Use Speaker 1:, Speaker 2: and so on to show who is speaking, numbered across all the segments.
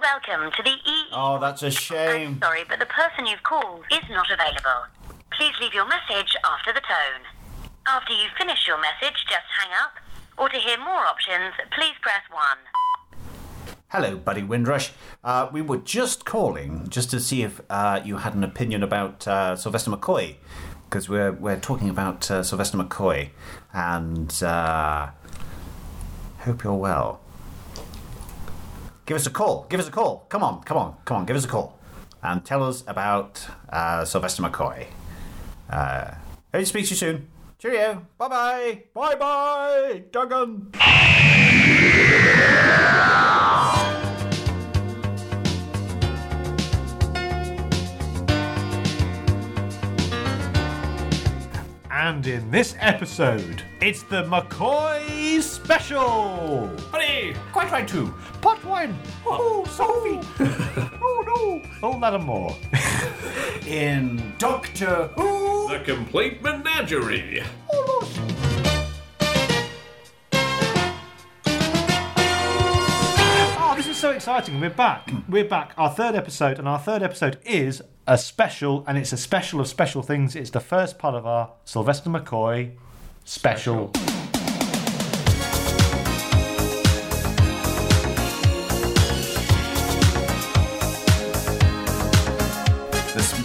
Speaker 1: Welcome to the EE.
Speaker 2: Oh, that's a shame.
Speaker 1: I'm sorry, but the person you've called is not available. Please leave your message after the tone. After you finish your message, just hang up. Or to hear more options, please press 1.
Speaker 2: Hello, Buddy Windrush. Uh, we were just calling just to see if uh, you had an opinion about uh, Sylvester McCoy, because we're we're talking about uh, Sylvester McCoy, and uh, hope you're well. Give us a call. Give us a call. Come on, come on, come on. Give us a call, and tell us about uh, Sylvester McCoy. Uh, hope to speak to you soon. Cheerio. Bye bye. Bye bye, Duggan.
Speaker 3: And in this episode, it's the McCoy Special!
Speaker 4: Buddy! Quite right too.
Speaker 3: Part one! Oh, Sophie! oh no! All that and more.
Speaker 2: In Doctor Who.
Speaker 4: The complete menagerie.
Speaker 3: Oh, this is so exciting. We're back. We're back. Our third episode, and our third episode is a special, and it's a special of special things. It's the first part of our Sylvester McCoy special.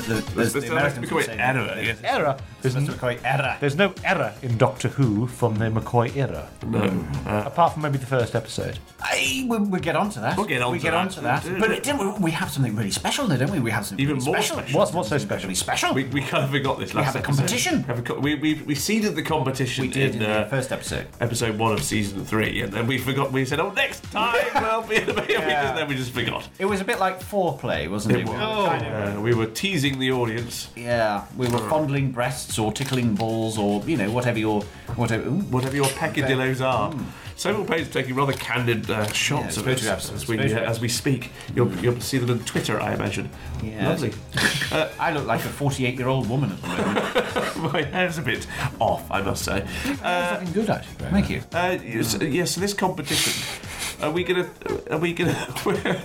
Speaker 2: The, the,
Speaker 4: This time has to uh, become an error. yes.
Speaker 3: Error. There's, n- there's no error in Doctor Who from the McCoy era. No.
Speaker 4: Uh.
Speaker 3: Apart from maybe the first episode.
Speaker 2: I, we, we get onto that.
Speaker 4: We'll get onto
Speaker 2: we get
Speaker 4: that.
Speaker 2: onto that.
Speaker 3: Mm.
Speaker 4: We do.
Speaker 2: But it, didn't we, we have something really special there, don't we? We have something
Speaker 4: Even
Speaker 2: really
Speaker 4: more
Speaker 2: special.
Speaker 4: special.
Speaker 3: What's- what's so special?
Speaker 2: Really special.
Speaker 4: We, we kind of forgot this
Speaker 2: We
Speaker 4: last
Speaker 2: have a
Speaker 4: episode.
Speaker 2: competition.
Speaker 4: Have a co- we, we, we seeded the competition
Speaker 2: We did in,
Speaker 4: uh,
Speaker 2: the first episode.
Speaker 4: episode one of season three, and then we forgot. We said, "Oh, next time we'll be." and we just, then we just forgot.
Speaker 2: It was a bit like foreplay, wasn't it?
Speaker 4: It
Speaker 2: We
Speaker 4: was.
Speaker 2: were Oh. kind of-
Speaker 4: Uh, we were teasing the audience.
Speaker 2: yeah, we were fondling breasts or tickling balls or you know whatever your whatever. Ooh,
Speaker 4: Whatever your peccadillos are. Several pages taking rather candid uh, shots
Speaker 2: Yeah,
Speaker 4: of us
Speaker 2: photographs,
Speaker 4: as we, uh,
Speaker 2: photographs.
Speaker 4: as we speak. You'll, you'll see them on Twitter, I imagine.
Speaker 2: Yeah.
Speaker 4: Lovely.
Speaker 2: I look like a 48 year old woman at the moment.
Speaker 4: My hair's a bit off, I must say.
Speaker 2: That's looking good actually. Thank you.
Speaker 4: Uh, yes, yes, this competition. Are we gonna? Are we gonna? We're,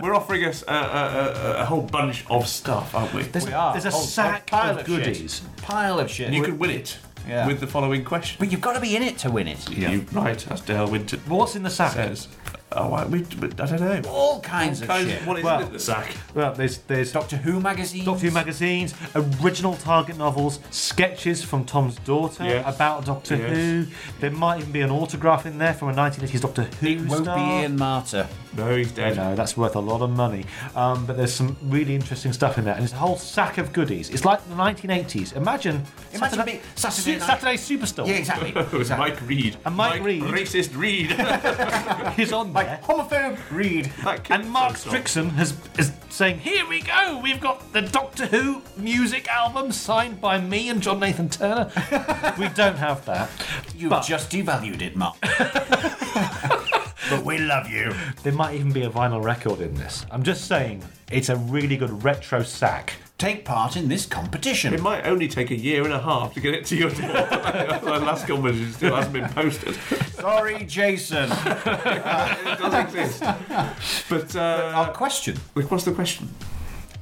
Speaker 4: we're offering us a, a, a, a whole bunch of stuff, aren't we?
Speaker 2: We are.
Speaker 3: There's a
Speaker 2: Oh,
Speaker 3: sack
Speaker 2: pile
Speaker 3: of
Speaker 2: of shit.
Speaker 3: goodies.
Speaker 2: Pile of shit.
Speaker 4: you could win it
Speaker 2: Yeah.
Speaker 4: with the following question.
Speaker 2: but you've got to be in it to win it.
Speaker 4: You right, as Dale Winton
Speaker 3: What's in the sack?
Speaker 4: says. Oh, I, we, but I don't know.
Speaker 2: All kinds of
Speaker 4: Guys,
Speaker 2: shit.
Speaker 4: What is
Speaker 3: Oh, Well-
Speaker 4: it in the sack?
Speaker 3: Well, there's there's
Speaker 2: Doctor Who magazine.
Speaker 3: Doctor Who magazines, original Target novels, sketches from Tom's daughter
Speaker 4: Yes.
Speaker 3: about Doctor
Speaker 4: Yes.
Speaker 3: Who. There might even be an autograph in there from a 1980s Doctor Who
Speaker 2: It won't
Speaker 3: star.
Speaker 2: be Ian Martyr.
Speaker 4: No, he's dead.
Speaker 3: No, that's worth a lot of money. Um, but there's some really interesting stuff in there, and it's a whole sack of goodies. It's like the 1980s. Imagine,
Speaker 2: Imagine being Saturday
Speaker 3: Su-
Speaker 2: night-
Speaker 3: Saturday Superstore.
Speaker 2: Yeah, exactly.
Speaker 4: It was Mike Reed.
Speaker 3: And Mike Reed.
Speaker 4: Racist Reed.
Speaker 3: He's on there.
Speaker 2: Homophobe Reed.
Speaker 4: That kid
Speaker 3: And Mark
Speaker 4: sucks off.
Speaker 3: Strickson has is saying, "Here we go. We've got the Doctor Who music album signed by me and John Nathan Turner." we don't have that.
Speaker 2: You've
Speaker 3: But-
Speaker 2: just devalued it, Mark. but we love you.
Speaker 3: There might even be a vinyl record in this. I'm just saying, it's a really good retro sack.
Speaker 2: Take part in this
Speaker 4: It
Speaker 2: competition.
Speaker 4: might only take a year and a half to get it to your door. That last competition still hasn't been posted.
Speaker 2: Sorry, Jason.
Speaker 4: It does exist. But, uh,
Speaker 2: Our question.
Speaker 4: what's the question?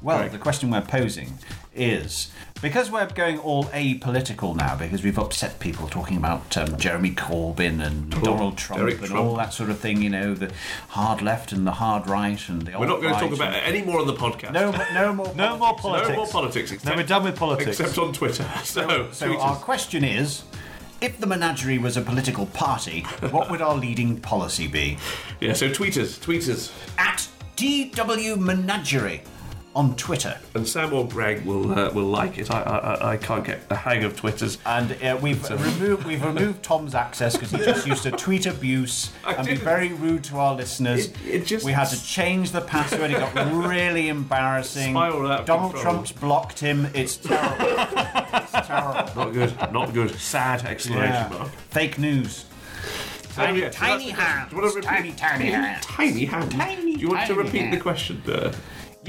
Speaker 2: Well,
Speaker 4: Right.
Speaker 2: the question we're posing is because we're going all apolitical now, because we've upset people talking about um, Jeremy Corbyn and Donald Trump
Speaker 4: Derek
Speaker 2: and
Speaker 4: Trump.
Speaker 2: all that sort of thing, you know, the hard left and the hard right and the
Speaker 4: We're not going to talk about
Speaker 2: and...
Speaker 4: it any more on the podcast.
Speaker 2: No, no more.
Speaker 3: No
Speaker 2: politics.
Speaker 3: more
Speaker 4: No
Speaker 3: politics.
Speaker 4: more politics.
Speaker 3: No,
Speaker 4: Except,
Speaker 3: we're done with politics.
Speaker 4: except on Twitter. So,
Speaker 2: So
Speaker 4: tweet
Speaker 2: our
Speaker 4: us.
Speaker 2: question is. If the menagerie was a political party, what would our leading policy be?
Speaker 4: yeah, so tweet us, tweet us.
Speaker 2: At DW Menagerie on Twitter.
Speaker 4: And Sam or Greg will uh, will like it. I, I I- I can't get the hang of Twitters.
Speaker 2: And uh, we've removed we've removed Tom's access because he just used to tweet abuse
Speaker 4: I
Speaker 2: and be
Speaker 4: didn't.
Speaker 2: very rude to our listeners.
Speaker 4: It- it just-
Speaker 2: we had to change the password. It got really embarrassing.
Speaker 4: Spiraled out of
Speaker 2: Donald
Speaker 4: control.
Speaker 2: Trump's blocked him. It's terrible. it's terrible.
Speaker 4: Not good. Not good. Sad exclamation
Speaker 2: Yeah.
Speaker 4: mark.
Speaker 2: Fake news. Tiny,
Speaker 4: yeah, so
Speaker 2: tiny
Speaker 4: that's the-
Speaker 2: hands.
Speaker 4: do you wanna repeat-
Speaker 2: Tiny, tiny hands.
Speaker 4: Tiny hand.
Speaker 2: Tiny,
Speaker 4: Do you want to
Speaker 2: tiny
Speaker 4: repeat the
Speaker 2: hand.
Speaker 4: question? Uh,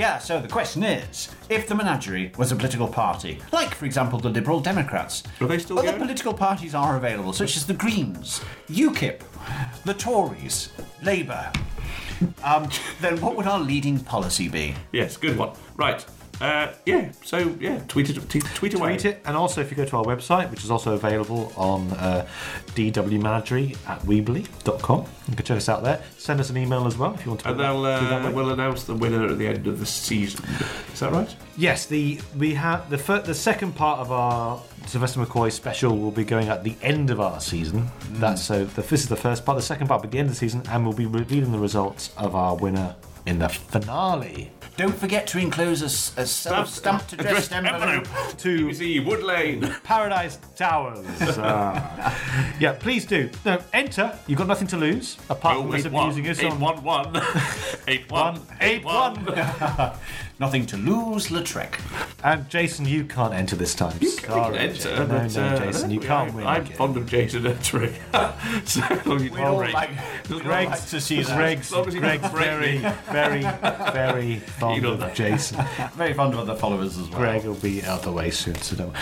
Speaker 2: Yeah, so the question is if the menagerie was a political party, like, for example, the Liberal Democrats,
Speaker 4: Are they still
Speaker 2: other
Speaker 4: going?
Speaker 2: political parties are available, such as the Greens, UKIP, the Tories, Labour. Um, then what would our leading policy be?
Speaker 4: Yes, good one. Right. Uh, yeah. So yeah, tweet it. T- tweet away.
Speaker 3: Tweet it, and also if you go to our website, which is also available on uh, dwmanagery at weebly.com, you can check us out there. Send us an email as well if you want to.
Speaker 4: And
Speaker 3: do that-
Speaker 4: they'll
Speaker 3: do that
Speaker 4: uh,
Speaker 3: way.
Speaker 4: we'll announce the winner at the end of the season. Is that right?
Speaker 3: Yes, the we have the fir- the second part of our Sylvester McCoy special will be going at the end of our season.
Speaker 4: Mm.
Speaker 3: That's so the, this is the first part. The second part will be the end of the season, and we'll be revealing the results of our winner in the finale.
Speaker 2: Don't forget to enclose a, s- a self
Speaker 4: uh,
Speaker 2: stamped addressed envelope.
Speaker 3: To-
Speaker 4: to BBC Wood Lane.
Speaker 3: Paradise Towers. Ah. yeah, please do. No, enter. You've got nothing to lose apart from us abusing us on
Speaker 4: 811. 811.
Speaker 3: Eight one.
Speaker 2: Nothing to lose, Lautrec.
Speaker 3: And Jason, you can't enter this time. You
Speaker 4: Sorry, enter, but,
Speaker 3: no, no,
Speaker 4: uh, I
Speaker 3: Jason,
Speaker 4: don't
Speaker 3: you
Speaker 4: think
Speaker 3: can't
Speaker 4: I,
Speaker 3: win.
Speaker 4: I'm
Speaker 3: again.
Speaker 4: fond of Jason entering. so we
Speaker 2: all like-
Speaker 3: Greg's,
Speaker 2: like to see that.
Speaker 3: Greg's,
Speaker 4: As long as he
Speaker 3: Greg's
Speaker 4: doesn't break
Speaker 3: very,
Speaker 4: me.
Speaker 3: very, very fond
Speaker 4: know
Speaker 3: of
Speaker 4: that.
Speaker 3: Jason.
Speaker 2: Very fond of other followers as well.
Speaker 3: Greg will be out the way soon, so don't.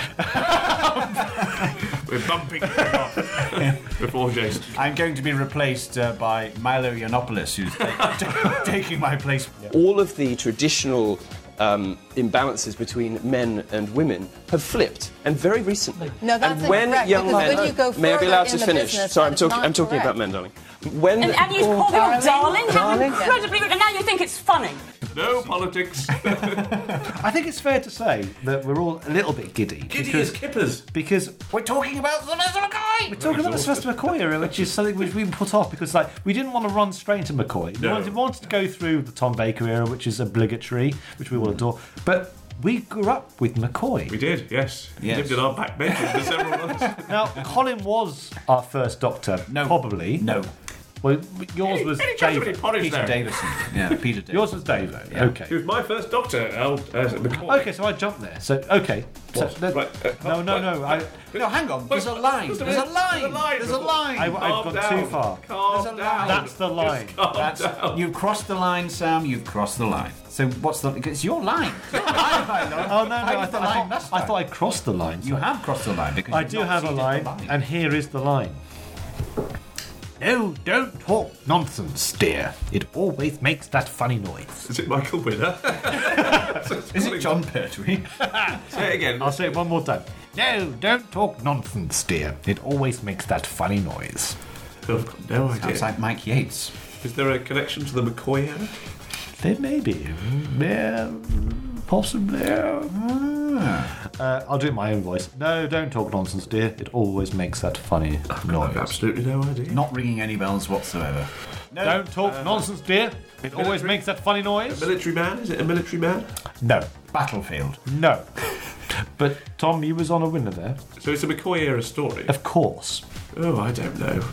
Speaker 4: We're bumping him off before Jason.
Speaker 2: I'm going to be replaced uh, by Milo Yiannopoulos, who's ta- taking my place.
Speaker 5: all of the traditional um, imbalances between men and women have flipped, and very recently.
Speaker 6: No, that's
Speaker 5: and when
Speaker 6: incorrect,
Speaker 5: young
Speaker 6: because
Speaker 5: men,
Speaker 6: when you go
Speaker 5: may I be
Speaker 6: further
Speaker 5: allowed
Speaker 6: in
Speaker 5: to
Speaker 6: the
Speaker 5: finish?
Speaker 6: business,
Speaker 5: Sorry, I'm
Speaker 6: that's
Speaker 5: talking.
Speaker 6: not
Speaker 5: I'm talking
Speaker 6: correct.
Speaker 5: about men, darling. When
Speaker 7: And, and you call them all darling, how
Speaker 6: Darling.
Speaker 7: incredibly rude. And now you think it's funny.
Speaker 4: No politics.
Speaker 3: I think it's fair to say that we're all a little bit giddy. because,
Speaker 4: kippers.
Speaker 3: because
Speaker 2: We're talking about Sylvester McCoy!
Speaker 3: we're talking about the Sylvester McCoy era, which is something which we put off because like we didn't want to run straight into McCoy. We
Speaker 4: No.
Speaker 3: wanted, wanted to go through the Tom Baker era, which is obligatory, which we all adore. But we grew up with McCoy.
Speaker 4: We did, yes.
Speaker 2: Yes.
Speaker 4: Lived in our back bedroom for several months.
Speaker 3: Now, Colin was our first Doctor,
Speaker 2: No.
Speaker 3: probably.
Speaker 2: No.
Speaker 3: Well, yours was
Speaker 4: Any chance of any
Speaker 3: Dave.
Speaker 4: porridge
Speaker 2: Peter
Speaker 4: there?
Speaker 2: Davison. Yeah, Peter Davison.
Speaker 3: Yours was Dave. Okay.
Speaker 4: He was my first doctor, Al uh, McCoy.
Speaker 3: Okay, so I jumped there. So okay. So,
Speaker 4: What?
Speaker 3: that-
Speaker 4: Right, uh,
Speaker 3: no, no,
Speaker 4: right,
Speaker 3: no. I,
Speaker 4: right.
Speaker 2: No, hang on. There's a line. There's
Speaker 4: Just
Speaker 2: a
Speaker 4: a minute.
Speaker 2: line. There's a line.
Speaker 3: I, I've
Speaker 4: Calm
Speaker 3: gone too
Speaker 4: down.
Speaker 3: far.
Speaker 4: Calm
Speaker 2: There's a
Speaker 4: down.
Speaker 3: That's the line.
Speaker 4: Oh, Calm
Speaker 2: That's,
Speaker 4: down.
Speaker 2: you've crossed the line, Sam. You've crossed the line. So what's the? It's your line.
Speaker 3: Oh no, no.
Speaker 2: I
Speaker 3: I,
Speaker 2: was the
Speaker 3: thought, I,
Speaker 2: line
Speaker 3: thought,
Speaker 2: last
Speaker 3: I
Speaker 2: time.
Speaker 3: thought I crossed the line.
Speaker 2: you have crossed the line because
Speaker 3: I
Speaker 2: you've
Speaker 3: do
Speaker 2: not
Speaker 3: have a
Speaker 2: ceded the
Speaker 3: line, and here is the line. No, don't talk nonsense, dear. It always makes that funny noise.
Speaker 4: Is it Michael Winner?
Speaker 2: Is it John Pertwee?
Speaker 4: Say it again.
Speaker 3: I'll say it one more time. No, don't talk nonsense, dear. It always makes that funny noise.
Speaker 4: I've got no idea.
Speaker 2: Sounds like Mike Yates.
Speaker 4: Is there a connection to the McCoy era?
Speaker 3: There may be. Yeah, possibly.
Speaker 2: Ah.
Speaker 3: Uh, I'll do it in my own voice. No, don't talk nonsense, dear. It always makes that funny
Speaker 2: Oh,
Speaker 3: noise.
Speaker 4: absolutely no idea.
Speaker 2: Not ringing any bells whatsoever.
Speaker 3: Don't talk
Speaker 2: Uh,
Speaker 3: nonsense, dear. It always makes that funny noise.
Speaker 4: Military man? Is it a military man?
Speaker 3: No,
Speaker 2: Battlefield.
Speaker 3: no. but Tom, you was on a winner there.
Speaker 4: So it's a McCoy era story.
Speaker 3: Of course.
Speaker 4: Oh, I don't know.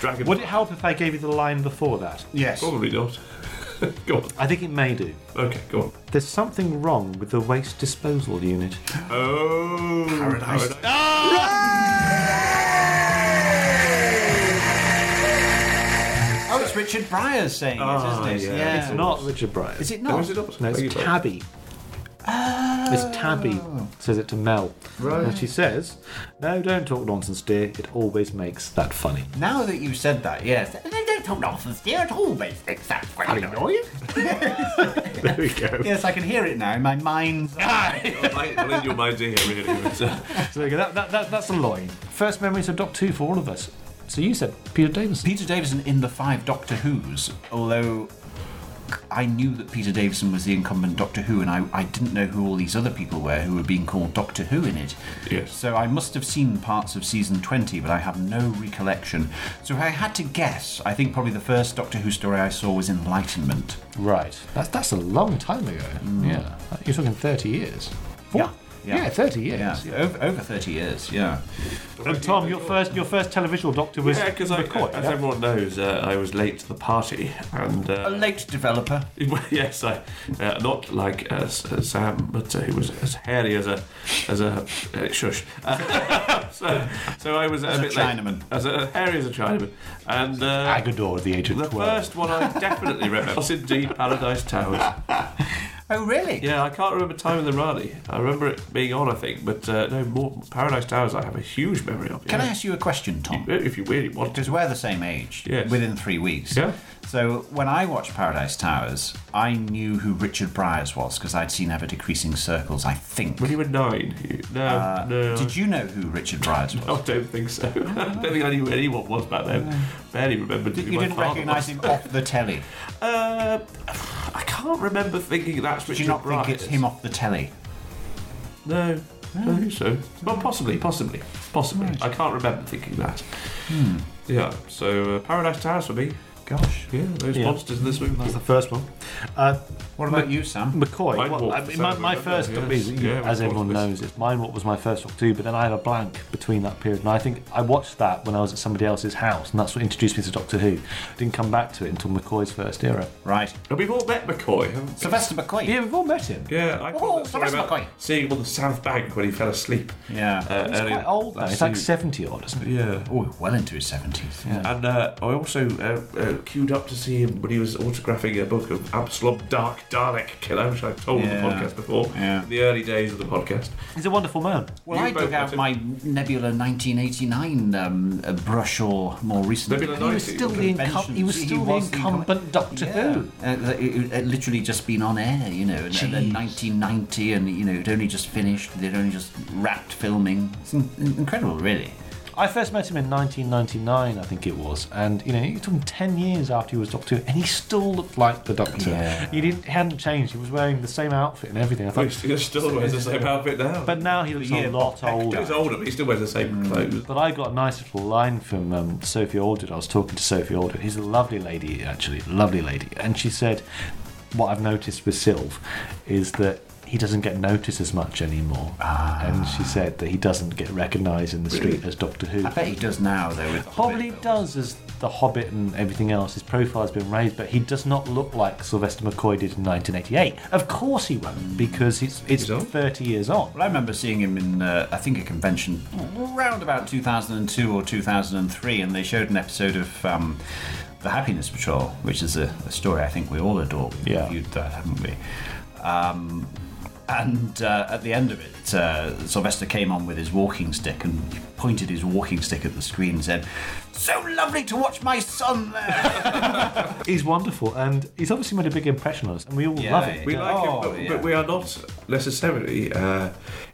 Speaker 4: Dragon.
Speaker 3: Would it help if I gave you the line before that?
Speaker 2: Yes.
Speaker 4: Probably not. go on.
Speaker 3: I think it may do.
Speaker 4: Okay, go on.
Speaker 3: There's something wrong with the waste disposal unit.
Speaker 4: Oh,
Speaker 2: Paradise. Oh, it's Richard Pryor saying
Speaker 4: Ah,
Speaker 2: it, isn't it?
Speaker 4: yeah.
Speaker 2: Yeah.
Speaker 4: It's
Speaker 3: Not Richard Bryant.
Speaker 2: Is it
Speaker 4: Oh,
Speaker 2: not?
Speaker 4: is it not?
Speaker 3: No,
Speaker 4: Beg
Speaker 3: it's
Speaker 4: your pardon.
Speaker 3: Tabby. It's Tabby says it to Mel. Right. And she says, No, don't talk nonsense, dear. It always makes that funny.
Speaker 2: Now that you've said that, yes. They don't talk nonsense here at all, basically. That's quite annoying.
Speaker 4: There we go.
Speaker 2: Yes, I can hear it now in my mind's eye.
Speaker 4: Right, well, in your mind's ear, really. But, uh,
Speaker 3: So there you go. That, that, that, that's a line. First memories of Doc 2 for all of us. So you said Peter Davison.
Speaker 2: Peter Davison in the five Doctor Who's, although I knew that Peter Davison was the incumbent Doctor Who, and I, I didn't know who all these other people were who were being called Doctor Who in it.
Speaker 4: Yes.
Speaker 2: So I must have seen parts of season 20, but I have no recollection. So if I had to guess, I think probably the first Doctor Who story I saw was Enlightenment.
Speaker 3: Right. That's, that's a long time ago. Yeah. You're talking 30 years. Four-
Speaker 2: Yeah. Yeah.
Speaker 3: 30 years.
Speaker 2: Yeah, over, over 30 years, yeah.
Speaker 3: And Tom, your first your first television doctor was
Speaker 4: yeah, because
Speaker 3: McCoy.
Speaker 4: as everyone knows, uh, I was late to the party, and
Speaker 2: A
Speaker 4: uh,
Speaker 2: late developer.
Speaker 4: yes, I uh, not like uh, S- uh, Sam, but uh, he was as hairy as a as a uh, shush. Uh, so, so I was
Speaker 2: As a
Speaker 4: bit late.
Speaker 2: Chinaman.
Speaker 4: as a, hairy as a Chinaman, and uh,
Speaker 3: Agador at the age of
Speaker 4: the
Speaker 3: 12.
Speaker 4: first one I definitely remember was indeed Paradise Towers.
Speaker 2: Oh, really?
Speaker 4: Yeah, I can't remember time of the rally. I remember it being on, I think, but uh, no more. Paradise Towers, I have a huge memory of.
Speaker 2: Can I
Speaker 4: yeah.
Speaker 2: ask you a question, Tom?
Speaker 4: If you really want to.
Speaker 2: Because we're the same age,
Speaker 4: Yes.
Speaker 2: within three weeks.
Speaker 4: Yeah.
Speaker 2: So when I watched Paradise Towers, I knew who Richard Bryars was because I'd seen Ever Decreasing Circles, I think. Uh,
Speaker 4: When you were nine, you- no, no.
Speaker 2: Did you know who Richard Bryars was?
Speaker 4: I don't think so. I don't think I knew who anyone was back then. Barely remembered. who
Speaker 2: you
Speaker 4: my
Speaker 2: didn't
Speaker 4: father
Speaker 2: recognise
Speaker 4: was.
Speaker 2: him off the telly.
Speaker 4: Uh, I can't remember thinking that's
Speaker 2: Did
Speaker 4: Richard
Speaker 2: you not
Speaker 4: Bryant.
Speaker 2: think it's him off the telly?
Speaker 4: No. I don't think so. Well, possibly, possibly, possibly. I can't remember thinking that.
Speaker 2: Hmm.
Speaker 4: Yeah. So uh, Paradise Towers for me. Gosh. Yeah. Those
Speaker 3: Yeah.
Speaker 4: monsters in the swimming pool.
Speaker 3: That's the first one. Uh,
Speaker 2: What about you, Sam?
Speaker 3: McCoy.
Speaker 4: Mind
Speaker 3: well,
Speaker 4: Walk
Speaker 3: I
Speaker 4: was
Speaker 3: mean, my,
Speaker 4: that,
Speaker 3: my
Speaker 4: wasn't
Speaker 3: first
Speaker 4: it?
Speaker 3: up
Speaker 4: Yes.
Speaker 3: is, you-
Speaker 4: Yeah, Mind
Speaker 3: as
Speaker 4: Walk
Speaker 3: everyone
Speaker 4: was-
Speaker 3: knows, it's mine. What was my first up too? But then I have a blank between that period, and I think I watched that when I was at somebody else's house, and that's what introduced me to Doctor Who. Didn't come back to it until McCoy's first era.
Speaker 2: Right.
Speaker 4: And we've all met McCoy, haven't we?
Speaker 2: Sylvester McCoy.
Speaker 3: Yeah, we've all met him.
Speaker 4: Yeah, I
Speaker 2: Oh,
Speaker 4: thought that story
Speaker 2: Sylvester
Speaker 4: about
Speaker 2: McCoy.
Speaker 4: seeing him on the South Bank when he fell asleep.
Speaker 2: Yeah.
Speaker 4: Uh,
Speaker 3: He's
Speaker 4: earlier
Speaker 3: quite old now.
Speaker 4: last
Speaker 3: He's like
Speaker 4: season.
Speaker 3: seventy odd, isn't he?
Speaker 4: Yeah.
Speaker 2: oh, well into his 70s. Yeah.
Speaker 4: And uh, I also uh, uh, queued up to see him when he was autographing a book of Absalom Dark Dalek Killer, which I've told
Speaker 2: Yeah.
Speaker 4: on the podcast before,
Speaker 2: Yeah.
Speaker 4: in the early days of the podcast.
Speaker 3: He's a wonderful man.
Speaker 2: Well,
Speaker 4: You
Speaker 2: I
Speaker 4: both
Speaker 2: dug out
Speaker 4: wanted-
Speaker 2: my Nebula 1989 um, uh, brush or more recently.
Speaker 4: Nebula
Speaker 3: He was
Speaker 4: 90.
Speaker 3: still the, incum-
Speaker 2: Conventions.
Speaker 3: he was still
Speaker 2: was
Speaker 3: the incumbent Doctor
Speaker 2: Yeah.
Speaker 3: Who.
Speaker 2: Uh, th- it, it literally just been on air, you know, and, and then
Speaker 3: Jeez.
Speaker 2: 1990, and you know, it only just finished. They'd only just wrapped filming. It's in- in- incredible, really.
Speaker 3: I first met him in 1999, I think it was, and you know, it took him 10 years after he was Doctor, Who, and he still looked like the Doctor.
Speaker 2: Yeah.
Speaker 3: He didn't, he hadn't changed. He was wearing the same outfit and everything. I
Speaker 4: He
Speaker 3: thought,
Speaker 4: still wears the same outfit now.
Speaker 3: but now he looks a lot older.
Speaker 4: He's older, but he still wears the
Speaker 2: Mm.
Speaker 4: same clothes.
Speaker 3: But I got a nice little line from um, Sophie Aldred. I was talking to Sophie Aldred. He's a lovely lady, actually, lovely lady. And she said, "What I've noticed with Sylv is that he doesn't get noticed as much anymore."
Speaker 2: Ah.
Speaker 3: And she said that he doesn't get recognised in the street as Doctor Who.
Speaker 2: I bet he does now, though. With the
Speaker 3: Probably
Speaker 2: Hobbit films.
Speaker 3: does as The Hobbit and everything else. His profile's been raised, but he does not look like Sylvester McCoy did in 1988. Of course he won't, because it's it's
Speaker 4: He's old.
Speaker 3: 30 years on.
Speaker 2: Well, I remember seeing him in, uh, I think, a convention round about 2002 or 2003, and they showed an episode of um, The Happiness Patrol, which is a, a story I think we all adore. We've
Speaker 3: Yeah.
Speaker 2: reviewed that, haven't we? Um, and uh, at the end of it, uh, Sylvester came on with his walking stick and he pointed his walking stick at the screen and said, So lovely to watch my son there!
Speaker 3: He's wonderful, and he's obviously made a big impression on us, and we all
Speaker 2: Yeah,
Speaker 3: love it.
Speaker 2: yeah.
Speaker 4: We like
Speaker 2: Oh,
Speaker 4: him, but,
Speaker 2: yeah.
Speaker 4: but we are not necessarily uh,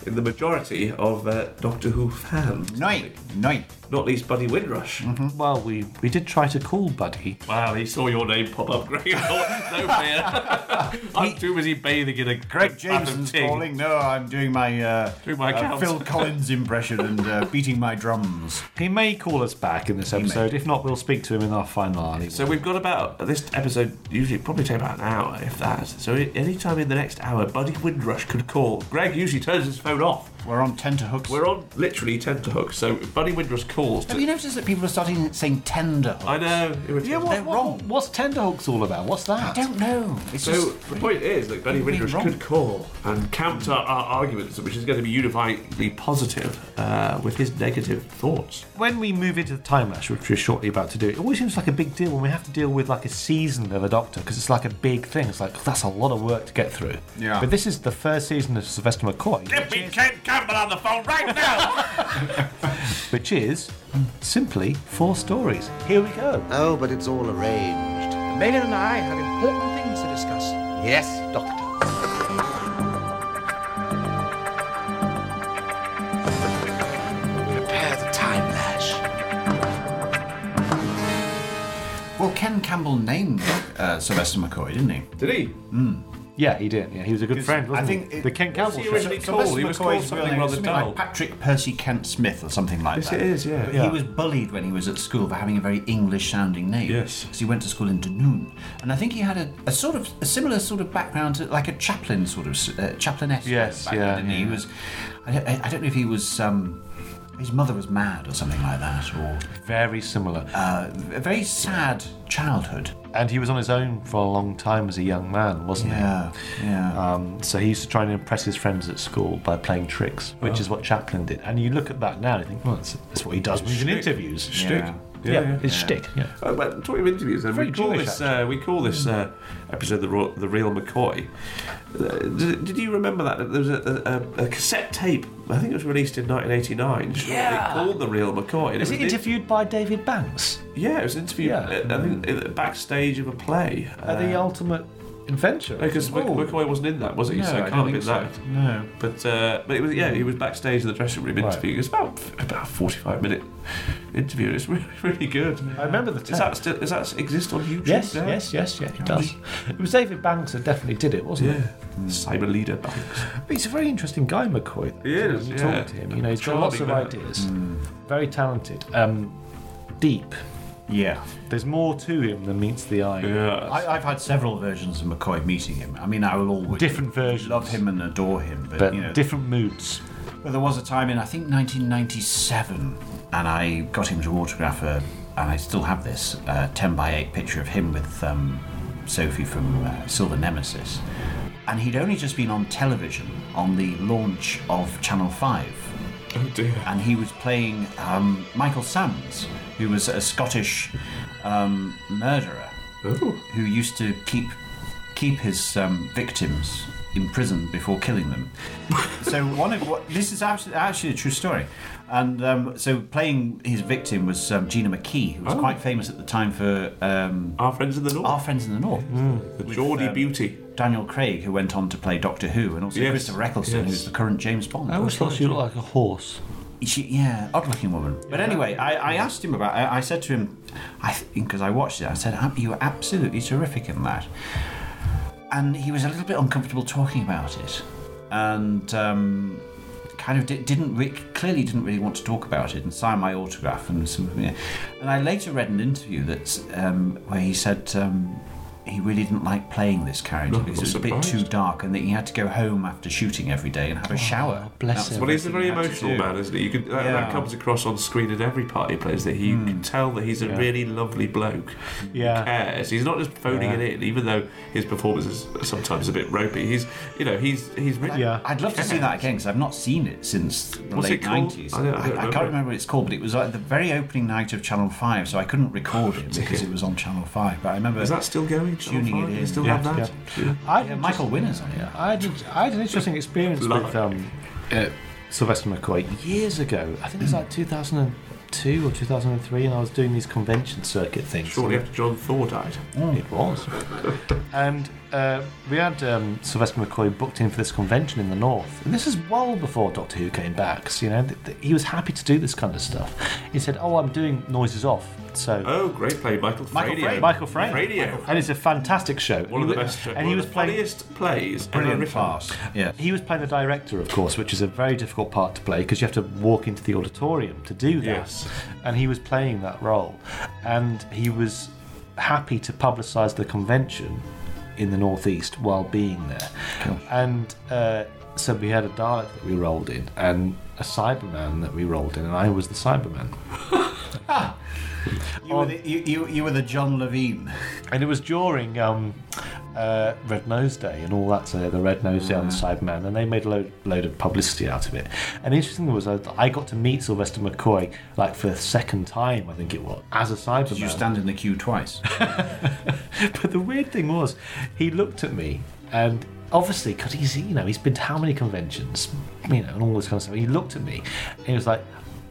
Speaker 4: in the majority of uh, Doctor Who fans.
Speaker 2: Night, night.
Speaker 4: Not least Buddy Windrush.
Speaker 2: Mm-hmm.
Speaker 3: Well, we, we did try to call Buddy.
Speaker 4: Wow, he saw your name pop up, Greg. no fear. I'm too busy bathing in a
Speaker 2: Greg
Speaker 4: bath of
Speaker 2: Jameson's
Speaker 4: ting.
Speaker 2: calling. No, I'm doing my uh,
Speaker 4: Doing my
Speaker 2: uh,
Speaker 4: accounts.
Speaker 2: Phil Collins impression and uh, beating my drums.
Speaker 3: He may call us back in this episode. If not, we'll speak to him in our final alley.
Speaker 4: So we've got about this episode usually probably take about an hour, if that. So i- any time in the next hour, Buddy Windrush could call. Greg usually turns his phone off.
Speaker 2: We're on tenterhooks.
Speaker 4: We're on literally tenterhooks, so Buddy Windrush calls.
Speaker 2: Have
Speaker 4: To,
Speaker 2: you noticed that people are starting saying tender?
Speaker 4: I know. irritating.
Speaker 3: yeah,
Speaker 2: They're
Speaker 3: what,
Speaker 2: wrong.
Speaker 3: what, what's Tenderhooks all about? What's
Speaker 2: I
Speaker 3: that?
Speaker 2: don't know. It's
Speaker 4: So
Speaker 2: just
Speaker 4: the point is that Buddy
Speaker 2: You're being
Speaker 4: Windrush
Speaker 2: wrong.
Speaker 4: could call and counter our arguments, which is going to be unifyingly positive uh, with his negative thoughts.
Speaker 3: when we move into the time lash, which we're shortly about to do, it always seems like a big deal when we have to deal with like a season of a Doctor because it's like a big thing. It's like that's a lot of work to get through.
Speaker 2: Yeah.
Speaker 3: But this is the first season of Sylvester McCoy,
Speaker 4: Get me Kate Campbell on the phone right now.
Speaker 3: which is simply four stories. Here we go.
Speaker 8: Oh, but it's all arranged. The maiden and I have important things to discuss. Yes, Doctor. Prepare the time lash.
Speaker 2: well, Ken Campbell named uh, Sylvester McCoy, didn't he?
Speaker 4: Did he?
Speaker 3: Yeah, he did. Yeah, he was a good friend, wasn't
Speaker 2: I think
Speaker 3: he?
Speaker 2: it-
Speaker 3: the Ken Campbell
Speaker 4: he
Speaker 3: show.
Speaker 4: originally called? He was called
Speaker 2: real
Speaker 4: something
Speaker 2: name is
Speaker 4: rather
Speaker 2: something
Speaker 4: dull.
Speaker 2: like Patrick Percy Kent Smith or something like
Speaker 4: Yes,
Speaker 2: that.
Speaker 4: it is. Yeah.
Speaker 2: He was bullied when he was at school for having a very English-sounding name.
Speaker 4: Yes.
Speaker 2: because he went to school in Dunoon, and I think he had a, a sort of a similar sort of background to like a chaplain sort of s- uh, chaplainess. sort of
Speaker 3: Yes, yeah,
Speaker 2: background, didn't He?
Speaker 3: yeah.
Speaker 2: he was. I don't, I- I don't know if he was. Um, his mother was mad or something like that, or
Speaker 3: Very similar.
Speaker 2: uh, a very sad childhood.
Speaker 3: and he was on his own for a long time as a young man, wasn't he?
Speaker 2: Yeah, yeah.
Speaker 3: Um, so he used to try and impress his friends at school by playing
Speaker 2: Oh.
Speaker 3: tricks, which is what Chaplin did. And you look at that now and you think, well, that's, that's what he does when he's in interviews.
Speaker 2: Yeah.
Speaker 4: Yeah, yeah.
Speaker 3: It's shtick. Yeah.
Speaker 4: Uh, well, talking of interviews, then, we
Speaker 3: Very
Speaker 4: call,
Speaker 3: Jewish,
Speaker 4: this, uh, we call this uh, episode the, Ro- the Real McCoy. Uh, did, did you remember that? There was a, a, a cassette tape, I think it was released in 1989, shortly,
Speaker 3: Yeah.
Speaker 4: called The Real McCoy. and
Speaker 3: Is
Speaker 4: was
Speaker 3: it
Speaker 4: an-
Speaker 3: interviewed by David Banks?
Speaker 4: Yeah, it was an interview,
Speaker 3: Yeah.
Speaker 4: uh, I think, uh, backstage of a play.
Speaker 3: Uh, the ultimate adventure.
Speaker 4: Because
Speaker 3: Oh.
Speaker 4: McCoy wasn't in that, was he?
Speaker 3: No,
Speaker 4: so
Speaker 3: I
Speaker 4: it
Speaker 3: don't
Speaker 4: can't have
Speaker 3: think
Speaker 4: been that.
Speaker 3: so. No.
Speaker 4: But uh, but it was yeah, he was backstage in the dressing room interviewing. It's about about forty five minute interview. It's really really good.
Speaker 3: I remember the
Speaker 4: Is
Speaker 3: tape.
Speaker 4: that still does that exist on YouTube?
Speaker 3: Yes,
Speaker 4: now?
Speaker 3: yes, yes, yeah, it does. It was David Banks that definitely did it, wasn't
Speaker 4: Yeah. Cyber leader Banks.
Speaker 3: it? He's a very interesting guy, McCoy.
Speaker 4: He is,
Speaker 3: You
Speaker 4: yeah.
Speaker 3: talk to him, you know, he's got lots of
Speaker 4: Charming man.
Speaker 3: ideas. Very talented. Um, deep.
Speaker 2: Yeah.
Speaker 3: There's more to him than meets the eye.
Speaker 4: Yeah.
Speaker 2: I, I've had several versions of McCoy meeting him. I mean, I will always
Speaker 3: Different versions.
Speaker 2: love him and adore him, but,
Speaker 3: But
Speaker 2: you know,
Speaker 3: different moods.
Speaker 2: But there was a time in I think 1997, and I got him to autograph a, and I still have this uh, 10 by 8 picture of him with um, Sophie from uh, Silver Nemesis, and he'd only just been on television on the launch of Channel Five
Speaker 4: Oh dear.
Speaker 2: and he was playing um, Michael Sands, who was a Scottish um, murderer
Speaker 4: Oh.
Speaker 2: who used to keep keep his um, victims in prison before killing them. so one of what this is actually, actually a true story, and um, so playing his victim was um, Gina McKee, who was quite famous at the time for um,
Speaker 4: Our friends in the north.
Speaker 2: Our Friends in the North.
Speaker 4: the Geordie
Speaker 2: um,
Speaker 4: Beauty.
Speaker 2: Daniel Craig, who went on to play Doctor Who, and also
Speaker 4: Yes,
Speaker 2: Christopher Eccleston,
Speaker 4: yes.
Speaker 2: who's the current James Bond.
Speaker 3: I always thought she looked like a horse.
Speaker 2: She, yeah, odd-looking woman. But anyway, I, I asked him about. I, I said to him, I because I watched it. I said, "Ah, "You were absolutely terrific in that," and he was a little bit uncomfortable talking about it, and um, kind of di- didn't re- clearly didn't really want to talk about it and sign my autograph and some. Yeah. And I later read an interview that's um, where he said. Um, he really didn't like playing this character
Speaker 4: Not
Speaker 2: because it was a bit
Speaker 4: surprised.
Speaker 2: too dark, and that he had to go home after shooting every day and have a shower.
Speaker 3: bless
Speaker 2: That's
Speaker 3: him.
Speaker 2: the
Speaker 4: Well, he's a
Speaker 2: thing
Speaker 4: very
Speaker 2: he had to
Speaker 4: emotional
Speaker 2: do.
Speaker 4: man, isn't he? You can, that,
Speaker 2: Yeah.
Speaker 4: that comes across on screen in every part he plays. That he can tell that he's a really lovely bloke.
Speaker 3: Yeah.
Speaker 4: Who cares? He's not just phoning it in, even though his performance is sometimes a bit ropey. He's, you know, he's he's really
Speaker 3: Yeah.
Speaker 2: I'd love to see that again because I've not seen it since the
Speaker 4: What's
Speaker 2: late
Speaker 4: it called?
Speaker 2: 90s.
Speaker 4: I don't- I don't
Speaker 2: can't
Speaker 4: remember.
Speaker 2: remember what it's called, but it was like the very opening night of Channel 5, so I couldn't record it because it was on Channel 5. But I remember
Speaker 4: Is that still going? Channel
Speaker 2: Tuning it
Speaker 4: five? Do they
Speaker 2: in.
Speaker 4: still
Speaker 2: Yeah,
Speaker 4: have that? Yeah.
Speaker 3: I
Speaker 2: yeah, Michael Winners on it.
Speaker 3: I had, I had an interesting experience
Speaker 4: Like.
Speaker 3: with um, uh, Sylvester McCoy years ago. I think it was like 2002 or 2003, and I was doing these convention circuit things. Mm.
Speaker 4: Shortly after John Thor died.
Speaker 3: It was. and uh, we had um, Sylvester McCoy booked in for this convention in the north. And this is well before Doctor Who came back. So, you know, th- th- he was happy to do this kind of stuff. He said, "Oh, I'm doing noises off." So.
Speaker 4: Oh, great play, Michael
Speaker 2: Michael
Speaker 4: Fradio.
Speaker 2: Frayn.
Speaker 3: Michael Frayn.
Speaker 4: Radio.
Speaker 3: And it's a fantastic show.
Speaker 4: One of
Speaker 3: He
Speaker 4: the
Speaker 3: wa-
Speaker 4: best.
Speaker 3: And
Speaker 4: one
Speaker 3: he
Speaker 4: of
Speaker 3: was
Speaker 4: the
Speaker 3: playing.
Speaker 4: funniest plays.
Speaker 2: Brilliant
Speaker 4: ever
Speaker 2: farce. Yeah.
Speaker 3: He was playing the director, of course, which is a very difficult part to play because you have to walk into the auditorium to do that.
Speaker 4: Yes.
Speaker 3: And he was playing that role. And he was happy to publicise the convention in the Northeast while being there. And uh, so we had a Dalek that we rolled in and a Cyberman that we rolled in, and I was the Cyberman.
Speaker 2: You, were the, you, you, you were the John Levine.
Speaker 3: And it was during um, uh, Red Nose Day and all that, so the Red Nose Day on
Speaker 2: Mm.
Speaker 3: the Cyberman, and they made a load, load of publicity out of it. And the interesting thing was, I, I got to meet Sylvester McCoy like for the second time, I think it was, as a Cyberman.
Speaker 2: Did you stand in the queue twice?
Speaker 3: But the weird thing was, he looked at me and obviously, because he's you know he's been to how many conventions, you know, and all this kind of stuff. He looked at me and he was like,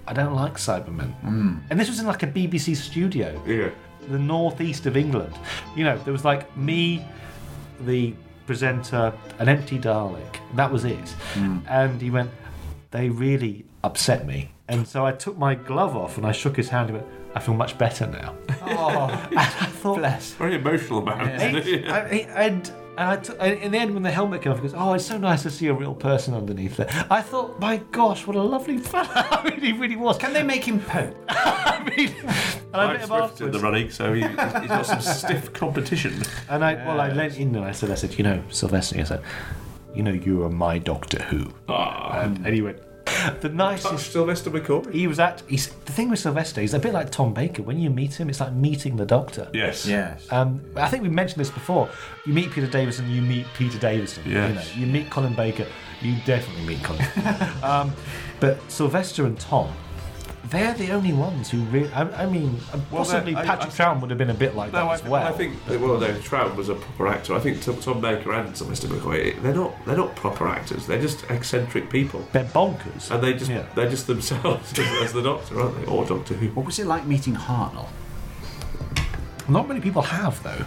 Speaker 3: "I don't like Cybermen,"
Speaker 2: Mm.
Speaker 3: and this was in like a BBC studio,
Speaker 4: Yeah.
Speaker 3: the northeast of England. You know, there was like me, the presenter, an empty Dalek. That was it.
Speaker 4: Hmm.
Speaker 3: And he went, "They really upset me." And so I took my glove off and I shook his hand and went, "I feel much better now."
Speaker 2: Oh.
Speaker 3: And I thought, bless.
Speaker 4: Very emotional man.
Speaker 3: Hey,
Speaker 4: isn't he?
Speaker 3: I- I- and and I t- and in the end, when the helmet came off, he goes, "Oh, it's so nice to see a real person underneath there." I thought, "My gosh, what a lovely fella!" I mean, he really was.
Speaker 2: Can they make him Pope?
Speaker 3: I mean, and I met
Speaker 4: Mike Swift's
Speaker 3: him
Speaker 4: in the
Speaker 3: afterwards.
Speaker 4: running, so he, he's got some stiff competition.
Speaker 3: And I, well, I leant in and I said, "I said, you know, Sylvester," I said, "You know, you are my Doctor Who."
Speaker 4: Um,
Speaker 3: And, and he went, "The nicest."
Speaker 4: Sylvester McCoy.
Speaker 3: He was at. He's, the thing with Sylvester, he's a bit like Tom Baker. When you meet him, it's like meeting the Doctor.
Speaker 4: Yes.
Speaker 2: Yes.
Speaker 3: Um, I think we mentioned this before. You meet Peter Davison, you meet Peter Davison. You, know,
Speaker 4: Yes.
Speaker 3: you meet Colin Baker, you definitely meet Colin. um, but Sylvester and Tom, they're the only ones who really. I, I mean, possibly
Speaker 4: I- I-
Speaker 3: Patrick Troughton would have been a bit like
Speaker 4: No,
Speaker 3: that
Speaker 4: I,
Speaker 3: as well.
Speaker 4: I think well, no. Trout was a proper actor. I think Tom, Tom Baker and Sylvester McCoy. They're not. They're not proper actors. They're just eccentric people,
Speaker 3: they're bonkers.
Speaker 4: and they just
Speaker 3: Yeah.
Speaker 4: they're just themselves as, as the Doctor, aren't they? Or Doctor Who.
Speaker 9: What was it like meeting Hartnell?
Speaker 3: Not many people have though.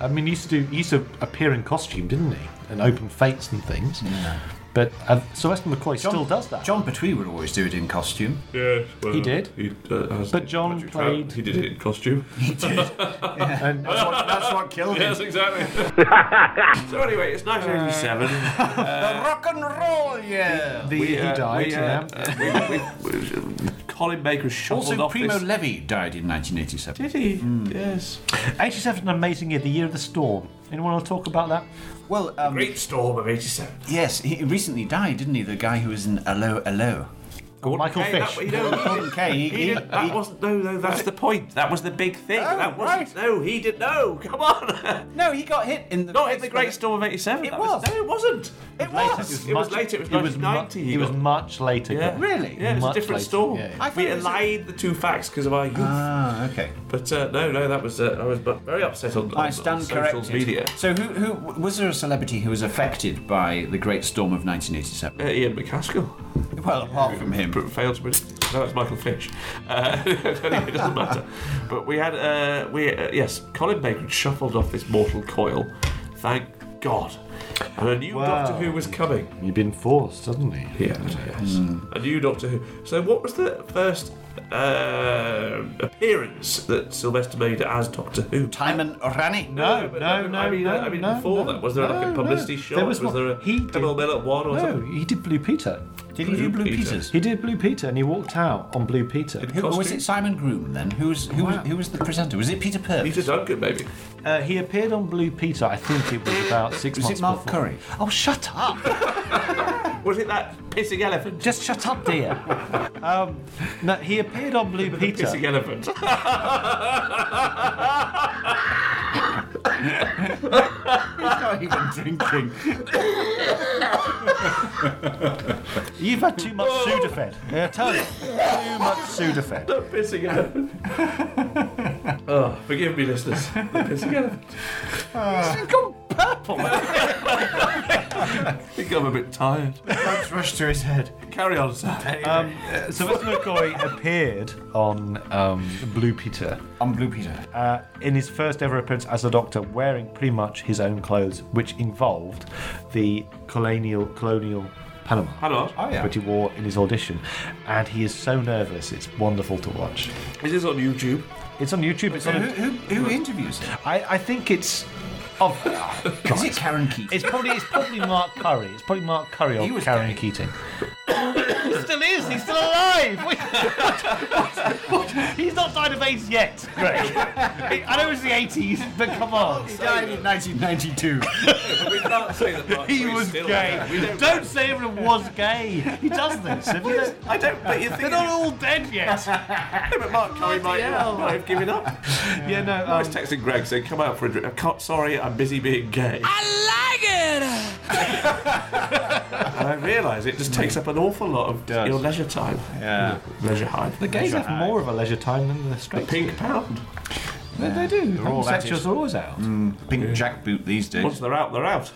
Speaker 3: I mean, he used to do. He used to appear in costume, didn't he? And open fates and things. But uh, Sylvester McCoy still does that.
Speaker 9: John Pertwee would always do it in costume.
Speaker 4: Yeah, well,
Speaker 3: He did.
Speaker 4: He, uh, has-
Speaker 3: But John
Speaker 4: Patrick Troughton,
Speaker 3: played-
Speaker 4: He did it in costume. uh,
Speaker 3: and
Speaker 9: That's what, that's what killed him.
Speaker 4: yes, exactly. so anyway, it's 1987.
Speaker 9: Rock and roll, yeah.
Speaker 3: the, he
Speaker 4: uh,
Speaker 3: died.
Speaker 4: we, uh,
Speaker 3: yeah.
Speaker 4: uh, we- we- we- Colin Baker shuffled
Speaker 9: also,
Speaker 4: off
Speaker 9: Primo
Speaker 4: this. Hmm.
Speaker 9: Levi died in 1987.
Speaker 4: Did he? Yes.
Speaker 3: 87 is an amazing year, the year of the storm. Anyone want to talk about that?
Speaker 9: Well, um,
Speaker 4: Great storm of '87.
Speaker 9: yes, he recently died, didn't he? The guy who was in Hello, Hello.
Speaker 3: Michael
Speaker 4: Hey,
Speaker 3: Fish.
Speaker 4: that- you know,
Speaker 9: Gordon Kay, he-
Speaker 4: He
Speaker 9: he-
Speaker 4: didn't, that
Speaker 9: he-
Speaker 4: wasn't. No, no, that's the point. That was the big thing. that wasn't. No, he did. No, come on.
Speaker 9: No, he got hit in the.
Speaker 4: Not in the Great Storm of '87.
Speaker 9: It
Speaker 4: that
Speaker 9: was.
Speaker 4: No, it wasn't. It
Speaker 3: was
Speaker 4: was. It was
Speaker 3: much-
Speaker 4: later. It was
Speaker 3: it was mu-
Speaker 4: 1990.
Speaker 3: It was much later.
Speaker 4: Yeah.
Speaker 9: Really?
Speaker 4: Yeah, it was a
Speaker 3: Much
Speaker 4: different
Speaker 3: later,
Speaker 4: storm.
Speaker 3: yeah.
Speaker 9: I thought
Speaker 4: We
Speaker 9: it was-
Speaker 4: allied the two facts because of our youth.
Speaker 9: Ah, okay.
Speaker 4: but uh, no, no, that was. Uh, I was bu- very upset on,
Speaker 9: I
Speaker 4: on- on
Speaker 9: stand
Speaker 4: social
Speaker 9: corrected.
Speaker 4: media.
Speaker 9: So, who, who was there a celebrity who was affected by the Great Storm of 1987?
Speaker 4: Uh, Ian McCaskill
Speaker 9: Well, apart from him.
Speaker 4: but failed to. predict- No, it's Michael Fish. Uh, anyway, it doesn't matter. But we had. Uh, we uh, yes, Colin Baker shuffled off this mortal coil. Thank God. And a new Doctor Who was coming.
Speaker 3: You've been forced, hasn't he?
Speaker 4: Yeah, yes.
Speaker 9: Hmm.
Speaker 4: A new Doctor Who. So, what was the first uh, appearance that Sylvester made as Doctor Who?
Speaker 9: Timon Rani.
Speaker 3: No,
Speaker 4: but
Speaker 3: no, no,
Speaker 4: I mean,
Speaker 3: no,
Speaker 4: I mean,
Speaker 3: no,
Speaker 4: before
Speaker 3: no,
Speaker 4: that, was there like
Speaker 3: no,
Speaker 4: a
Speaker 3: no.
Speaker 4: publicity shot?
Speaker 3: There was, one-
Speaker 4: there a
Speaker 3: he did,
Speaker 4: Camel Miller one or
Speaker 3: No,
Speaker 4: something?
Speaker 3: he did Blue Peter.
Speaker 9: Did he do Blue
Speaker 4: Peter.
Speaker 9: Peters?
Speaker 3: He did Blue Peter, and he walked out on Blue Peter.
Speaker 9: Who, was
Speaker 4: Costume?
Speaker 9: it Simon Groom then? Who was who, was who was the presenter? Was it Peter Purvis?
Speaker 4: Peter Duncan, maybe.
Speaker 3: Uh, he appeared on Blue Peter. I think it was about six
Speaker 9: was
Speaker 3: months
Speaker 9: it Mark
Speaker 3: before.
Speaker 9: Curry? Oh, shut up!
Speaker 4: Was it that pissing elephant?
Speaker 3: Just shut up, dear. um, no, he appeared on Blue Peter.
Speaker 4: Pissing elephant.
Speaker 9: not even drinking.
Speaker 3: You've had too much Sudafed. Yeah, tell you. Too much Sudafed.
Speaker 4: The pissing elephant. oh, forgive me, listeners. The pissing elephant.
Speaker 3: Ah.
Speaker 4: I think I'm a bit tired.
Speaker 3: That's rushed to his head.
Speaker 4: Carry on, sir.
Speaker 3: Um, uh, Sylvester McCoy appeared on um, Blue Peter
Speaker 9: I'm Blue Peter.
Speaker 3: uh, in his first ever appearance as a doctor, wearing pretty much his own clothes, which involved the colonial colonial Panama.
Speaker 4: Hello.
Speaker 9: yeah.
Speaker 3: Which he wore in his audition, and he is so nervous. It's wonderful to watch.
Speaker 4: This is on YouTube.
Speaker 3: It's on YouTube. It's on.
Speaker 9: Who, who, who interviews him?
Speaker 3: I, I think it's. Of,
Speaker 9: Is it Karen Keating?
Speaker 3: it's probably it's probably Mark Curry. It's probably Mark Curry or
Speaker 9: He was
Speaker 3: Karen
Speaker 9: gay.
Speaker 3: Keating. he still is. He's still alive. What- what- what- he's not died of AIDS yet, Greg. I know it was the 80s, but come on.
Speaker 9: died in 1992.
Speaker 4: We can't say that Mark
Speaker 3: He
Speaker 4: Curry's
Speaker 3: was
Speaker 4: still
Speaker 3: gay.
Speaker 4: there. We don't-
Speaker 3: Don't say everyone was gay. He does this. If you don't-
Speaker 4: I don't. But you
Speaker 3: They're
Speaker 4: think
Speaker 3: not all dead yet.
Speaker 4: but Mark Curry might, might have given up.
Speaker 3: Yeah, no.
Speaker 4: I
Speaker 3: Um,
Speaker 4: was texting Greg saying, "Come out for a drink." I can't. Sorry, I'm busy being gay. And I realise it just takes up an awful lot of
Speaker 3: does.
Speaker 4: your leisure time.
Speaker 9: Yeah.
Speaker 4: Leisure hive.
Speaker 3: the gays have more of a leisure time than the straight.
Speaker 4: Pink pound.
Speaker 3: They, they do.
Speaker 9: all Mm. at it.
Speaker 3: Homosexuals are always out.
Speaker 9: Pink jackboot these
Speaker 4: Once
Speaker 9: days.
Speaker 4: they're out, they're out.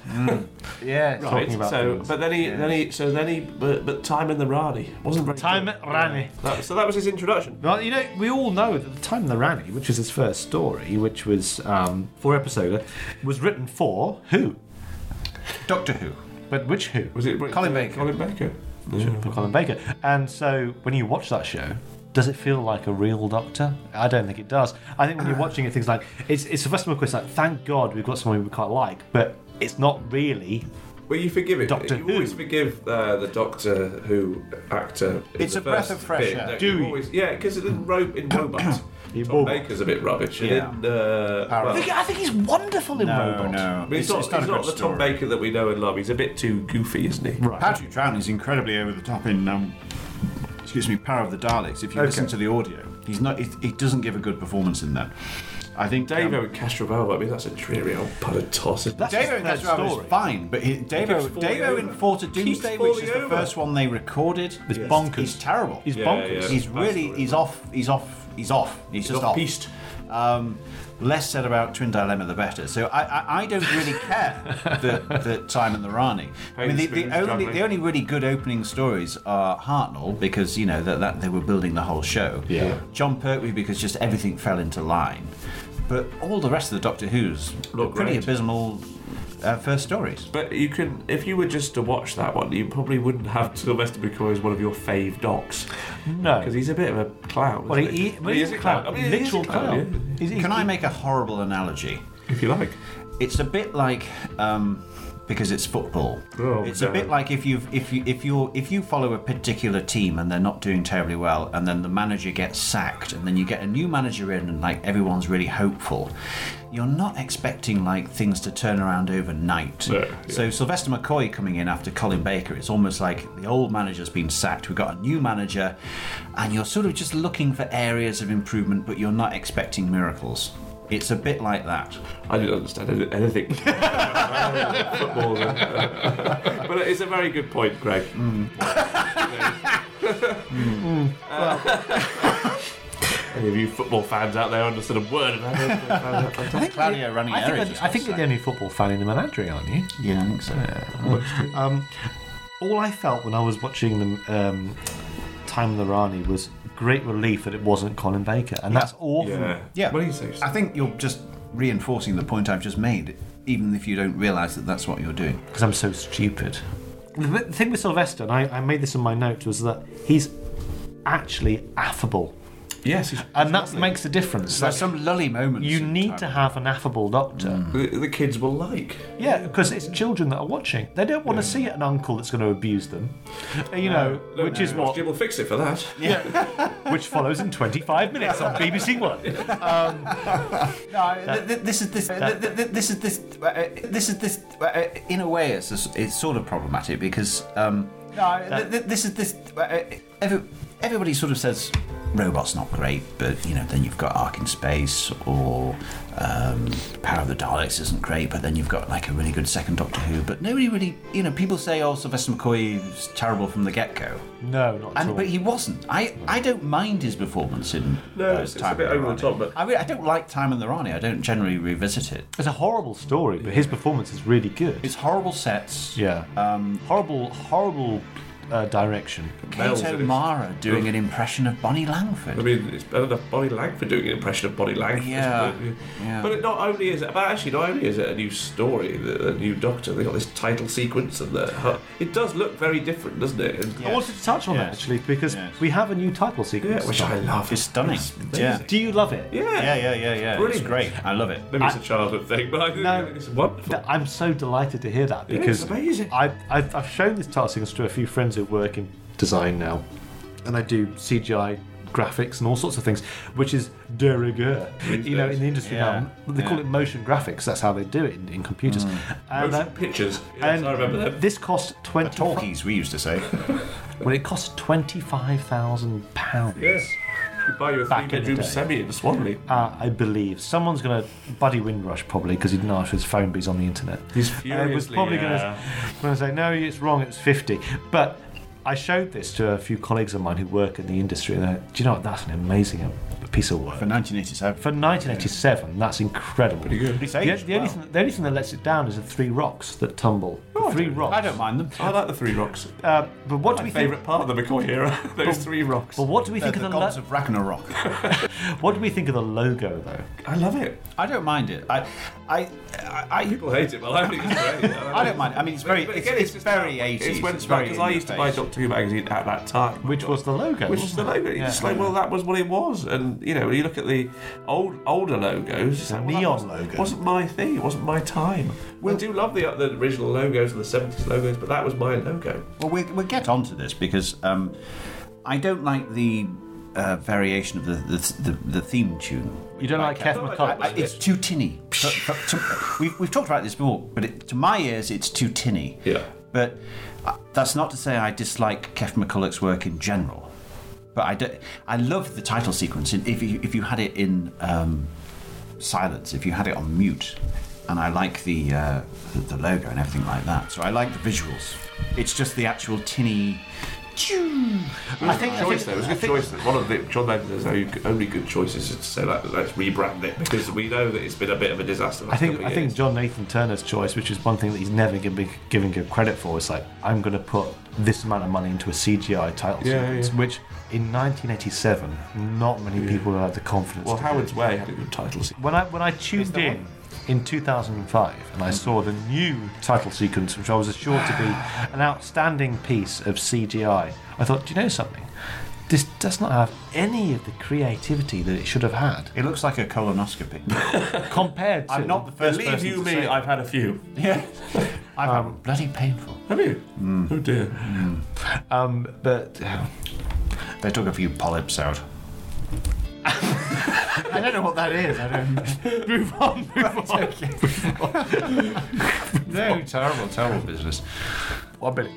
Speaker 3: Yeah,
Speaker 4: Right, so, but then he, then he, so then he, but, but time in the Rani wasn't very
Speaker 3: Time
Speaker 4: good.
Speaker 3: Rani.
Speaker 4: That- so that was his introduction.
Speaker 3: Well, you know, we all know that the time of the Rani, which is his first story, which was um, four episode, was written for who?
Speaker 9: Doctor Who.
Speaker 3: But which who?
Speaker 4: Was it
Speaker 9: Colin Baker.
Speaker 4: Colin Baker.
Speaker 3: for Colin Baker. And so when you watch that show, does it feel like a real doctor? I don't think it does. I think when you're watching it, things like it's it's Sylvester McCoy's like, thank God we've got someone we quite like, but it's not really.
Speaker 4: Well, you forgive him.
Speaker 3: Doctor
Speaker 4: you
Speaker 3: Who.
Speaker 4: always forgive uh, the Doctor Who actor. in
Speaker 9: It's
Speaker 4: the
Speaker 9: a breath
Speaker 4: first
Speaker 9: of fresh
Speaker 4: bit,
Speaker 9: air.
Speaker 4: don't
Speaker 3: Do you?
Speaker 4: Always, yeah, because in, Ro- in Robot, Tom
Speaker 3: Robot.
Speaker 4: Baker's a bit rubbish.
Speaker 9: Yeah.
Speaker 4: And in, uh,
Speaker 3: I
Speaker 4: well,
Speaker 3: think, I think he's wonderful in Robot.
Speaker 4: I mean, it's, not, he's not the Tom Baker that we know and love. He's a bit too goofy, isn't he?
Speaker 3: Right.
Speaker 9: Patrick Troughton is incredibly over the top in, um, excuse me, Power of the Daleks. If you listen to the audio, he's not. He, he doesn't give a good performance in that.
Speaker 2: I think um,
Speaker 4: Davo and Castrovao, I mean, that's a dreary old pad of toss. isn't it?
Speaker 3: That's-
Speaker 2: Davo in
Speaker 3: That's
Speaker 2: Castor
Speaker 3: story.
Speaker 2: is fine, but he, Davo,
Speaker 4: falling
Speaker 2: Davo in
Speaker 4: over.
Speaker 2: Fort of
Speaker 4: Keeps
Speaker 2: Doomsday,
Speaker 4: falling
Speaker 2: which is the
Speaker 4: over.
Speaker 2: first one they recorded,
Speaker 3: It's
Speaker 2: is-
Speaker 3: bonkers.
Speaker 2: Is terrible.
Speaker 3: He's
Speaker 4: Yeah,
Speaker 3: bonkers.
Speaker 4: yeah.
Speaker 2: He's
Speaker 4: That's
Speaker 2: really
Speaker 4: the
Speaker 2: he's off he's off he's off he's, just off.
Speaker 4: off-piste.
Speaker 2: Um, less said about Twin Dilemma, the better. So I, I, I don't really care that, that Simon the Rani. I mean, the, the
Speaker 4: spoons,
Speaker 2: only
Speaker 4: juggling.
Speaker 2: the only really good opening stories are Hartnell because you know that, that they were building the whole show.
Speaker 3: Yeah.
Speaker 2: John Pertwee because just everything fell into line. But all the rest of the Doctor Who's
Speaker 4: Look
Speaker 2: are pretty
Speaker 4: great.
Speaker 2: abysmal uh, first stories.
Speaker 4: But you can, if you were just to watch that one, you probably wouldn't have Sylvester McCoy as one of your fave docs.
Speaker 3: No.
Speaker 4: Because he's a bit of a clown.
Speaker 3: Well,
Speaker 4: isn't
Speaker 3: he- he- well, he's a clown.
Speaker 4: I mean, he is
Speaker 3: Literal
Speaker 4: a clown.
Speaker 3: clown.
Speaker 4: yeah.
Speaker 2: Can I make a horrible analogy?
Speaker 4: If you like.
Speaker 2: it's a bit like um, because it's football.
Speaker 4: Oh,
Speaker 2: it's a
Speaker 4: damn.
Speaker 2: bit like if you if you if you if you follow a particular team and they're not doing terribly well, and then the manager gets sacked, and then you get a new manager in, and like everyone's really hopeful. You're not expecting like things to turn around overnight.
Speaker 4: No, yeah.
Speaker 2: So Sylvester McCoy coming in after Colin Baker, it's almost like the old manager's been sacked. We've got a new manager, and you're sort of just looking for areas of improvement, but you're not expecting miracles. It's a bit like that.
Speaker 4: I didn't understand any- anything. Football. then. Mm. but it's a very good point, Greg. Uh, Any of you football fans out there understood a word about it?
Speaker 3: think
Speaker 2: Claudio running
Speaker 3: I
Speaker 2: errands
Speaker 3: think,
Speaker 2: is
Speaker 3: I think you're
Speaker 2: gonna
Speaker 3: the only football fan in the menagerie, aren't you?
Speaker 2: Yeah, I think so.
Speaker 3: All I felt when I was watching them, um, Time of the Rani, was great relief that it wasn't Colin Baker, and that's awful.
Speaker 4: Yeah.
Speaker 2: Yeah.
Speaker 4: What do you say?
Speaker 2: I think you're just reinforcing the point I've just made, even if you don't realise that that's what you're doing.
Speaker 3: because I'm so stupid. The bit- the thing with Sylvester, and I, I made this in my notes, was that he's actually affable,
Speaker 4: Yes. he's-
Speaker 3: and that makes a difference.
Speaker 2: There's some lully moments.
Speaker 3: you
Speaker 2: in
Speaker 3: need
Speaker 2: time.
Speaker 3: to have an affable doctor.
Speaker 4: The, the kids will like.
Speaker 3: Yeah, because it's children that are watching. They don't want to see an uncle that's going to abuse them, Uh, you know, which is what
Speaker 4: Jim will fix it for that.
Speaker 3: which follows in 25 minutes on BBC One.
Speaker 2: No, th- th- this is this. th- th- th- This is this. uh, This is this. uh, In a way, it's a- it's sort of problematic because. Um, no, th- th- this is this. uh, Every, everybody sort of says. Robot's not great, but you know, then you've got Ark in Space or um, Power of the Daleks isn't great, but then you've got like a really good second Doctor Who. But nobody really, you know, people say, oh, Sylvester McCoy's terrible from the get go.
Speaker 3: No, not at all.
Speaker 2: And, but he wasn't. I, I don't mind his performance in
Speaker 4: No,
Speaker 2: uh,
Speaker 4: it's- it's a
Speaker 2: Time
Speaker 4: bit
Speaker 2: and
Speaker 4: over the
Speaker 2: Rani.
Speaker 4: top, but-
Speaker 2: I, re- I don't like Time and the Rani. I don't generally revisit it.
Speaker 3: It's a horrible story, but his performance is really good.
Speaker 2: It's horrible sets.
Speaker 3: yeah, um, horrible, horrible uh, direction.
Speaker 4: Bells
Speaker 2: Kate
Speaker 4: in it.
Speaker 2: O'Mara doing an impression of Bonnie Langford.
Speaker 4: I mean, it's better than Bonnie Langford doing an impression of Bonnie Langford.
Speaker 2: Yeah,
Speaker 4: But,
Speaker 2: yeah.
Speaker 4: but it not only is it, but actually, not only is it a new story, the, a new Doctor. They got this title sequence and the. huh, It does look very different, doesn't it? And,
Speaker 3: I wanted to touch on that
Speaker 2: Yes.
Speaker 3: actually because
Speaker 2: Yes.
Speaker 3: we have a new title
Speaker 4: yeah,
Speaker 3: sequence.
Speaker 4: which I love.
Speaker 2: it's stunning. yeah.
Speaker 3: Do you love it?
Speaker 4: yeah,
Speaker 2: yeah, yeah, yeah, yeah. It's
Speaker 4: Brilliant.
Speaker 2: great. I love it.
Speaker 4: Maybe it's a childhood thing, but I think
Speaker 3: No.
Speaker 4: it's wonderful.
Speaker 3: Th- I'm so delighted to hear that
Speaker 4: Yeah,
Speaker 3: because
Speaker 4: it's amazing.
Speaker 3: I, I've, I've shown this title sequence to a few friends who work in design now, and I do CGI graphics and all sorts of things, which is de rigueur. You know, in the industry
Speaker 2: Yeah,
Speaker 3: now, they call
Speaker 2: yeah.
Speaker 3: it motion graphics. That's how they do it in, in computers. And,
Speaker 4: Motion
Speaker 3: uh,
Speaker 4: pictures. Yes,
Speaker 3: and
Speaker 4: I remember that.
Speaker 3: this cost twenty.
Speaker 2: Talkies, we used to say.
Speaker 3: Well, it cost twenty-five thousand pounds.
Speaker 4: Yes. You buy you a
Speaker 3: Back in the
Speaker 4: three-bedroom
Speaker 3: day.
Speaker 4: semi in Swanley.
Speaker 3: Uh, I believe someone's going to Buddy Windrush probably because he didn't ask for his phone, but he's on the internet.
Speaker 4: He's
Speaker 3: I was
Speaker 4: furiously,
Speaker 3: probably
Speaker 4: yeah.
Speaker 3: going to say no, it's wrong. It's fifty. But I showed this to a few colleagues of mine who work in the industry, and they're like, do you know what? That's an amazing um, piece of work.
Speaker 2: For 1987.
Speaker 3: For 1987, that's incredible. Pretty
Speaker 4: good.
Speaker 2: It's
Speaker 3: The,
Speaker 2: aged
Speaker 3: the only
Speaker 2: well.
Speaker 3: thing, the only thing that lets it down is the three rocks that tumble.
Speaker 4: Oh,
Speaker 3: The three rocks.
Speaker 2: I don't mind them.
Speaker 4: I like the Three Rocks.
Speaker 3: Uh, but what do
Speaker 4: My
Speaker 3: we think?
Speaker 4: favourite uh, part of the McCoy era. Those three rocks.
Speaker 3: But what do we
Speaker 2: They're
Speaker 3: think
Speaker 2: the
Speaker 3: of the,
Speaker 2: gods
Speaker 3: lo-
Speaker 2: of Ragnarok.
Speaker 3: what do we think of the logo though?
Speaker 4: I love it.
Speaker 2: I don't mind it. I, I, I, I,
Speaker 4: People hate it, but I think it's great.
Speaker 2: I don't mind. I mean, it's very,
Speaker 4: But
Speaker 2: it's,
Speaker 4: again,
Speaker 2: it's
Speaker 4: just-
Speaker 2: very 80s.
Speaker 4: It's when
Speaker 2: It's very
Speaker 4: because I
Speaker 2: in
Speaker 4: used to
Speaker 2: your
Speaker 4: buy
Speaker 2: face.
Speaker 4: Doctor Who magazine at that time,
Speaker 3: Which was the logo?
Speaker 4: Which was the
Speaker 3: wasn't it?
Speaker 4: logo? It's
Speaker 3: Yeah.
Speaker 4: just like, well, that was what it was, and you know, you look at the old older logos, it's
Speaker 3: The
Speaker 4: like, well, that
Speaker 3: neon
Speaker 4: wasn't-
Speaker 3: logo.
Speaker 4: wasn't my thing. It wasn't my time. We do love the the original logos and the seventies logos, but that was my logo.
Speaker 2: Well, we'll, we'll get onto this because um, I don't like the uh, variation of the the, the, the theme tune.
Speaker 3: You don't like Kef
Speaker 4: I-
Speaker 2: I-
Speaker 3: McCulloch?
Speaker 2: It's too tinny. To- to- to- we've, we've talked about this before, but it, to my ears, it's too tinny.
Speaker 4: Yeah.
Speaker 2: But uh, that's not to say I dislike Kef McCulloch's work in general. But I, do, I love the title sequence. in- If you, if you had it in um, silence if you had it on mute. And I like the uh, the, the logo and everything like that. So I like the visuals. It's just the actual tinny.
Speaker 4: I think choice though. It was a good choice. though. One of the John Madden says the only good choice is to say like, let's rebrand it because we know that it's been a bit of a disaster. the
Speaker 3: I
Speaker 4: last
Speaker 3: think
Speaker 4: couple
Speaker 3: I
Speaker 4: of
Speaker 3: think
Speaker 4: years.
Speaker 3: John Nathan Turner's choice, which is one thing that he's never going to be given good credit for, is like I'm going to put this amount of money into a CGI title
Speaker 4: Yeah,
Speaker 3: sequence,
Speaker 4: yeah.
Speaker 3: which in 1987 not many people had the confidence.
Speaker 4: Well,
Speaker 3: to
Speaker 4: Howard's
Speaker 3: do.
Speaker 4: Way had a good title. sequence.
Speaker 3: When I when I tuned in in 2005 and
Speaker 2: Hmm.
Speaker 3: I saw the new title sequence, which I was assured to be an outstanding piece of CGI, I thought, do you know something? This does not have any of the creativity that it should have had
Speaker 2: It looks like a colonoscopy.
Speaker 3: compared to.
Speaker 2: I'm not the first
Speaker 4: Believe
Speaker 2: person
Speaker 4: you
Speaker 2: to
Speaker 4: me,
Speaker 2: say-
Speaker 4: I've had a few.
Speaker 2: Yeah. I've had bloody painful.
Speaker 4: Have you? Oh dear.
Speaker 3: um, but
Speaker 2: They took a few polyps out. I don't know what that is. I don't.
Speaker 3: move on, move on.
Speaker 2: No, terrible, terrible business.
Speaker 3: One minute.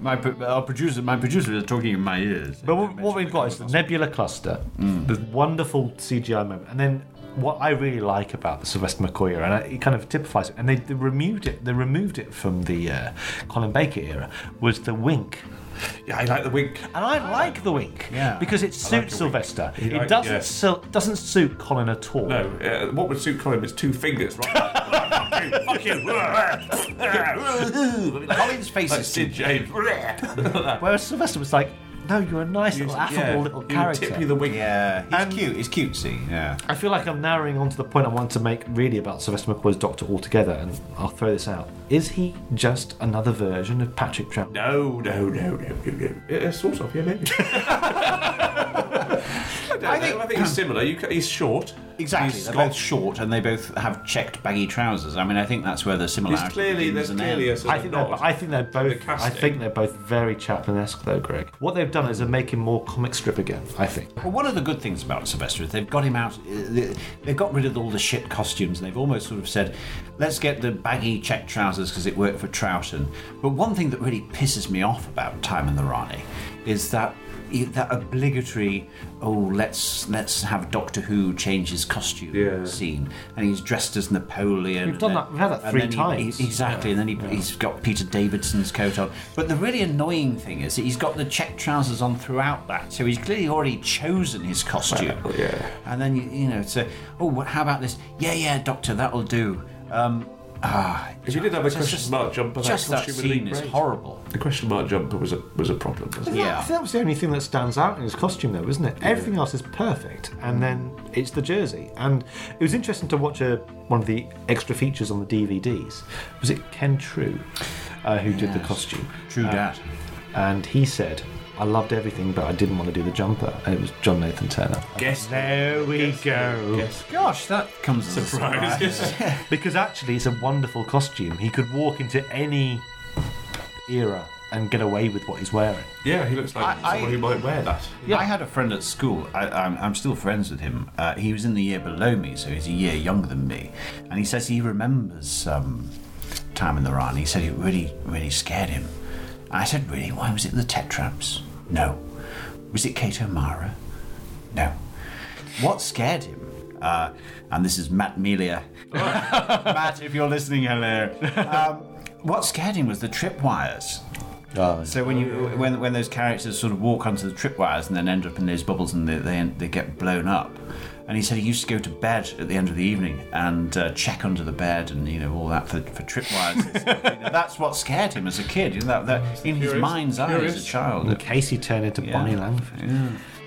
Speaker 2: My pro- our producer, my producers are talking in my ears.
Speaker 3: But what, what we've got is the Nebula Cluster,
Speaker 4: Mm.
Speaker 3: the wonderful CGI moment, and then what I really like about the Sylvester McCoy era, and I- it kind of typifies it, and they, they removed it, they removed it from the uh, Colin Baker era, was the wink.
Speaker 4: Yeah, I like the wink.
Speaker 3: And I like the wink
Speaker 2: Yeah.
Speaker 3: because it
Speaker 4: like
Speaker 3: suits
Speaker 4: a wink.
Speaker 3: Sylvester.
Speaker 4: You
Speaker 3: It
Speaker 4: like-
Speaker 3: doesn't
Speaker 4: yeah.
Speaker 3: sil- doesn't suit Colin at all.
Speaker 4: No, uh, what would suit Colin is two fingers, right? Fuck you! Fuck you!
Speaker 2: Colin's face
Speaker 4: like
Speaker 2: is
Speaker 4: Sid James.
Speaker 3: Whereas Sylvester was like, no, you're a nice little affable little character.
Speaker 4: You tip you the wink.
Speaker 2: Yeah, he's
Speaker 3: And-
Speaker 2: cute. He's cutesy. Yeah.
Speaker 3: I feel like I'm narrowing onto the point I want to make really about Sylvester McCoy's Doctor altogether, and I'll throw this out. Is he just another version of Patrick Troughton?
Speaker 4: No, no, no, no, no, no. Yeah, Uh, sort of, yeah, maybe. I, don't know. I think, he's similar. You, ca- he's short.
Speaker 2: Exactly.
Speaker 4: He's
Speaker 2: They're
Speaker 4: got-
Speaker 2: both short, and they both have checked baggy trousers. I mean, I think that's where the similarity.
Speaker 4: He's clearly
Speaker 2: begins
Speaker 4: there's
Speaker 2: and
Speaker 4: clearly a
Speaker 2: ends.
Speaker 4: sort
Speaker 3: I
Speaker 4: of
Speaker 3: think, they're,
Speaker 4: nod.
Speaker 3: I think they're
Speaker 4: The
Speaker 3: both. I
Speaker 4: casting.
Speaker 3: think they're both very Chaplin-esque, though, Greg. What they've done is they're making more comic strip again. I think.
Speaker 2: Well, one of the good things about Sylvester is they've got him out. uh, they- They've got rid of all the shit costumes. They've almost sort of said, "Let's get the baggy check trousers because it worked for Troughton." But one thing that really pisses me off about Time and the Rani is that that obligatory, "Oh, let's let's have Doctor Who change his costume"
Speaker 4: Yeah.
Speaker 2: scene, and he's dressed as Napoleon.
Speaker 3: We've done
Speaker 2: and
Speaker 3: that- we've had that
Speaker 2: and
Speaker 3: three
Speaker 2: then he-
Speaker 3: times.
Speaker 2: he- exactly, and then he, he's got Peter Davidson's coat on. But the really annoying thing is that he's got the check trousers on throughout that, so he's clearly already chosen his costume.
Speaker 4: yeah.
Speaker 2: And then you, you know, so oh, what, how about this? Yeah, yeah, Doctor, that'll do. Um, ah,
Speaker 4: If you did have a
Speaker 2: just-
Speaker 4: question
Speaker 2: just-
Speaker 4: mark jumper, that
Speaker 2: just that
Speaker 4: costume would've been
Speaker 2: scene is
Speaker 4: great.
Speaker 2: horrible.
Speaker 4: The question mark jumper was a was a problem. Wasn't it?
Speaker 2: Yeah.
Speaker 3: That was the only thing that stands out in his costume, though, isn't it? Everything else is perfect, and then it's the jersey. And it was interesting to watch a, one of the extra features on the DVDs. Was it Ken True uh, who did the costume?
Speaker 2: True dat.
Speaker 3: and he said, "I loved everything, but I didn't want to do the jumper." And it was John Nathan Turner.
Speaker 4: Guess
Speaker 3: There we go.
Speaker 2: Gosh, that comes as a surprise.
Speaker 3: Because actually, it's a wonderful costume. He could walk into any era and get away with what he's wearing.
Speaker 4: Yeah, he looks like
Speaker 2: I- I-
Speaker 4: someone who might wear that.
Speaker 2: I had a friend at school. I, I'm, I'm still friends with him. Uh, he was in the year below me, so he's a year younger than me. And he says he remembers um, time in the Rhine. He said it really, really scared him. I said, really? Why was it the Tetraps? No. Was it Kate O'Mara? No. What scared him? Uh, and this is Matt Melia. Matt, if you're listening, hello. Um, what scared him was the tripwires.
Speaker 4: Oh.
Speaker 2: So when you when when those characters sort of walk onto the tripwires and then end up in those bubbles and they they, they get blown up, and he said he used to go to bed at the end of the evening and uh, check under the bed and you know all that for, for tripwires. and stuff. You know, That's what scared him as a kid. You know, that, that in his
Speaker 4: Curious.
Speaker 2: mind's eye as
Speaker 4: Curious.
Speaker 2: a child.
Speaker 3: And Casey turned into Bonnie Langford.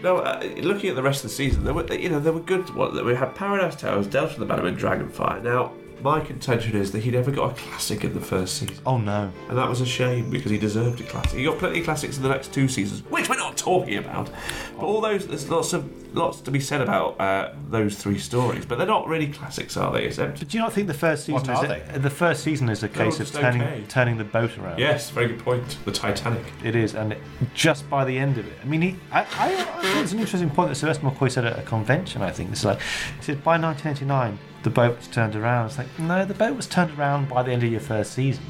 Speaker 4: No, uh, looking at the rest of the season, there were you know there were good ones. We had Paradise Towers, Delta the Bannerman, Dragonfire. Now, my contention is that he never got a classic in the first season,
Speaker 3: Oh no!
Speaker 4: and that was a shame because he deserved a classic. He got plenty of classics in the next two seasons, which we're not talking about. But all those, there's lots of lots to be said about uh, those three stories, but they're not really classics, are they? Except
Speaker 3: But do you not think the first season
Speaker 2: What
Speaker 3: is
Speaker 2: are
Speaker 3: a, the first season is a case of
Speaker 4: just
Speaker 3: turning
Speaker 4: okay.
Speaker 3: turning the boat around?
Speaker 4: yes, very good point. The Titanic.
Speaker 3: It is, and just by the end of it, I mean, he, I, I, I think it's an interesting point that Sylvester McCoy said at a convention. I think it's like he said by 1989 the boat was turned around. It's like no, the boat was turned around by the end of your first season.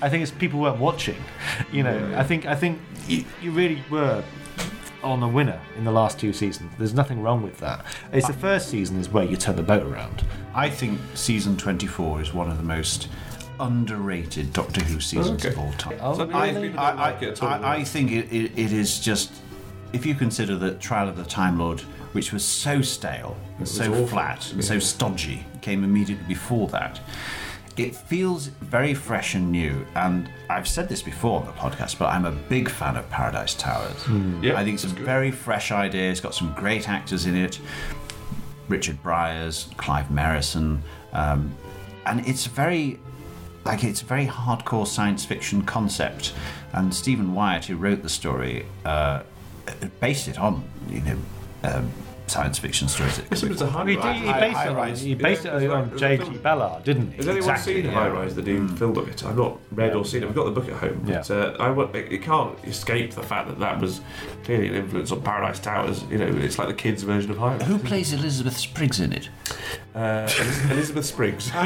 Speaker 3: I think it's people weren't watching. You know, I think I think you, you really were on a winner in the last two seasons. There's nothing wrong with that. It's the first season is where you turn the boat around.
Speaker 10: I think season 24 is one of the most underrated Doctor Who seasons
Speaker 4: Okay.
Speaker 10: of all time.
Speaker 4: Some
Speaker 10: I,
Speaker 4: people don't
Speaker 10: I,
Speaker 4: like it at all.
Speaker 10: I, I think it, it, it is just, if you consider the Trial of the Time Lord, which was so stale, and so
Speaker 4: awful.
Speaker 10: flat, and so
Speaker 4: Yeah.
Speaker 10: stodgy, came immediately before that. It feels very fresh and new, and I've said this before on the podcast, but I'm a big fan of Paradise Towers.
Speaker 4: Yeah,
Speaker 10: I think it's a very fresh idea. It's got some great actors in it. Richard Briers, Clive Merrison, um, and it's very like it's a very hardcore science fiction concept. And Stephen Wyatt, who wrote the story, uh, based it on you know um, science fiction stories.
Speaker 4: Yes, it was a high
Speaker 3: He, did-
Speaker 4: rise.
Speaker 3: he
Speaker 4: High-
Speaker 3: based
Speaker 4: high
Speaker 3: it on,
Speaker 4: rise.
Speaker 3: he based
Speaker 4: Yeah,
Speaker 3: it
Speaker 4: was
Speaker 3: on
Speaker 4: like- it was a
Speaker 3: J.G.
Speaker 4: film.
Speaker 3: Ballard, didn't he?
Speaker 4: Has anyone seen
Speaker 3: yeah. Hmm.
Speaker 4: High Rise, the new film of it? I've not read or seen it. I've got the book at home. But,
Speaker 3: Yeah.
Speaker 4: uh, I, wa- it it can't escape the fact that that was clearly an influence on Paradise Towers. You know, it's like the kids' version of High Rise.
Speaker 10: Who plays Elizabeth Spriggs in it?
Speaker 4: Uh, Eliz- Elizabeth Spriggs. no,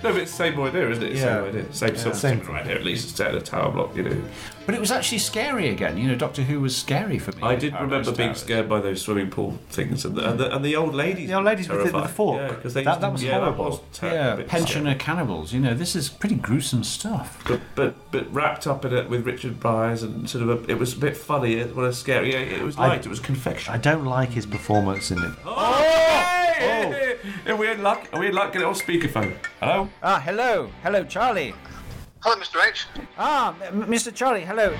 Speaker 4: but it's the same idea, isn't it?
Speaker 10: Yeah.
Speaker 4: Same idea. Same, sort of
Speaker 3: Same
Speaker 4: similar idea, at least. It's set in a tower block, you know.
Speaker 10: But it was actually scary again. You know, Doctor Who was scary for me.
Speaker 4: I did
Speaker 10: Paradise
Speaker 4: remember being
Speaker 10: Towers.
Speaker 4: scared by those swimming pool things and the, and the, and the old ladies.
Speaker 3: The old ladies with the- with the
Speaker 4: terrified.
Speaker 3: fork.
Speaker 4: Yeah, 'cause they
Speaker 3: That-
Speaker 4: used to-
Speaker 3: that was
Speaker 4: yeah,
Speaker 3: horrible.
Speaker 4: was ter- a
Speaker 10: Yeah,
Speaker 4: bit
Speaker 10: pensioner
Speaker 4: scary.
Speaker 10: cannibals. You know, this is pretty gruesome stuff.
Speaker 4: But, but but wrapped up in it with Richard Byers and sort of a, it was a bit funny. It was scary. Yeah, it was light. it was confection.
Speaker 3: I don't like his performance in it.
Speaker 4: oh! Hey! Are we in luck? Are we in luck? Get it on speakerphone. Hello.
Speaker 2: Ah, hello. Hello, Charlie.
Speaker 11: Hello, Mr. H.
Speaker 2: Ah, m- Mr. Charlie, hello.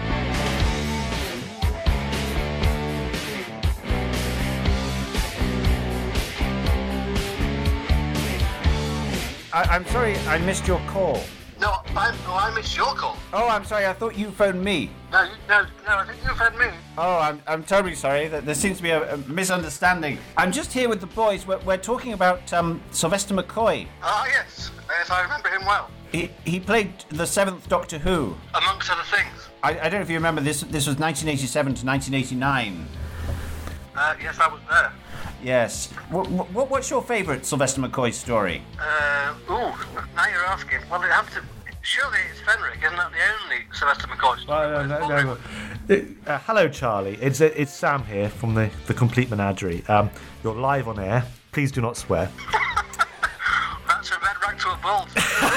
Speaker 2: I- I'm sorry I missed your call.
Speaker 11: No, I'm, oh, I missed your call.
Speaker 2: Oh, I'm sorry, I thought you phoned me.
Speaker 11: No, you, no, no, I think you've had me.
Speaker 2: Oh, I'm, I'm terribly sorry. There there seems to be a, a misunderstanding. I'm just here with the boys. We're, we're talking about um, Sylvester McCoy.
Speaker 11: Ah, yes. Yes, I remember him well,
Speaker 2: He, he played the seventh Doctor Who.
Speaker 11: amongst other things.
Speaker 2: I, I don't know if you remember this. This was 1987 to 1989.
Speaker 11: Uh, yes, I was there.
Speaker 2: Yes. What, what, what's your favourite Sylvester McCoy story?
Speaker 11: Uh, ooh, now you're asking. Well, it have to. Surely it's Fenric, isn't that the only Sylvester McCoy story?
Speaker 3: Well, no,
Speaker 11: It's
Speaker 3: no,
Speaker 11: Ulrich.
Speaker 3: no. Uh, hello, Charlie. It's uh, it's Sam here from the, the Complete Menagerie. Um, you're live on air. Please do not swear.
Speaker 11: That's a red rag to a bald.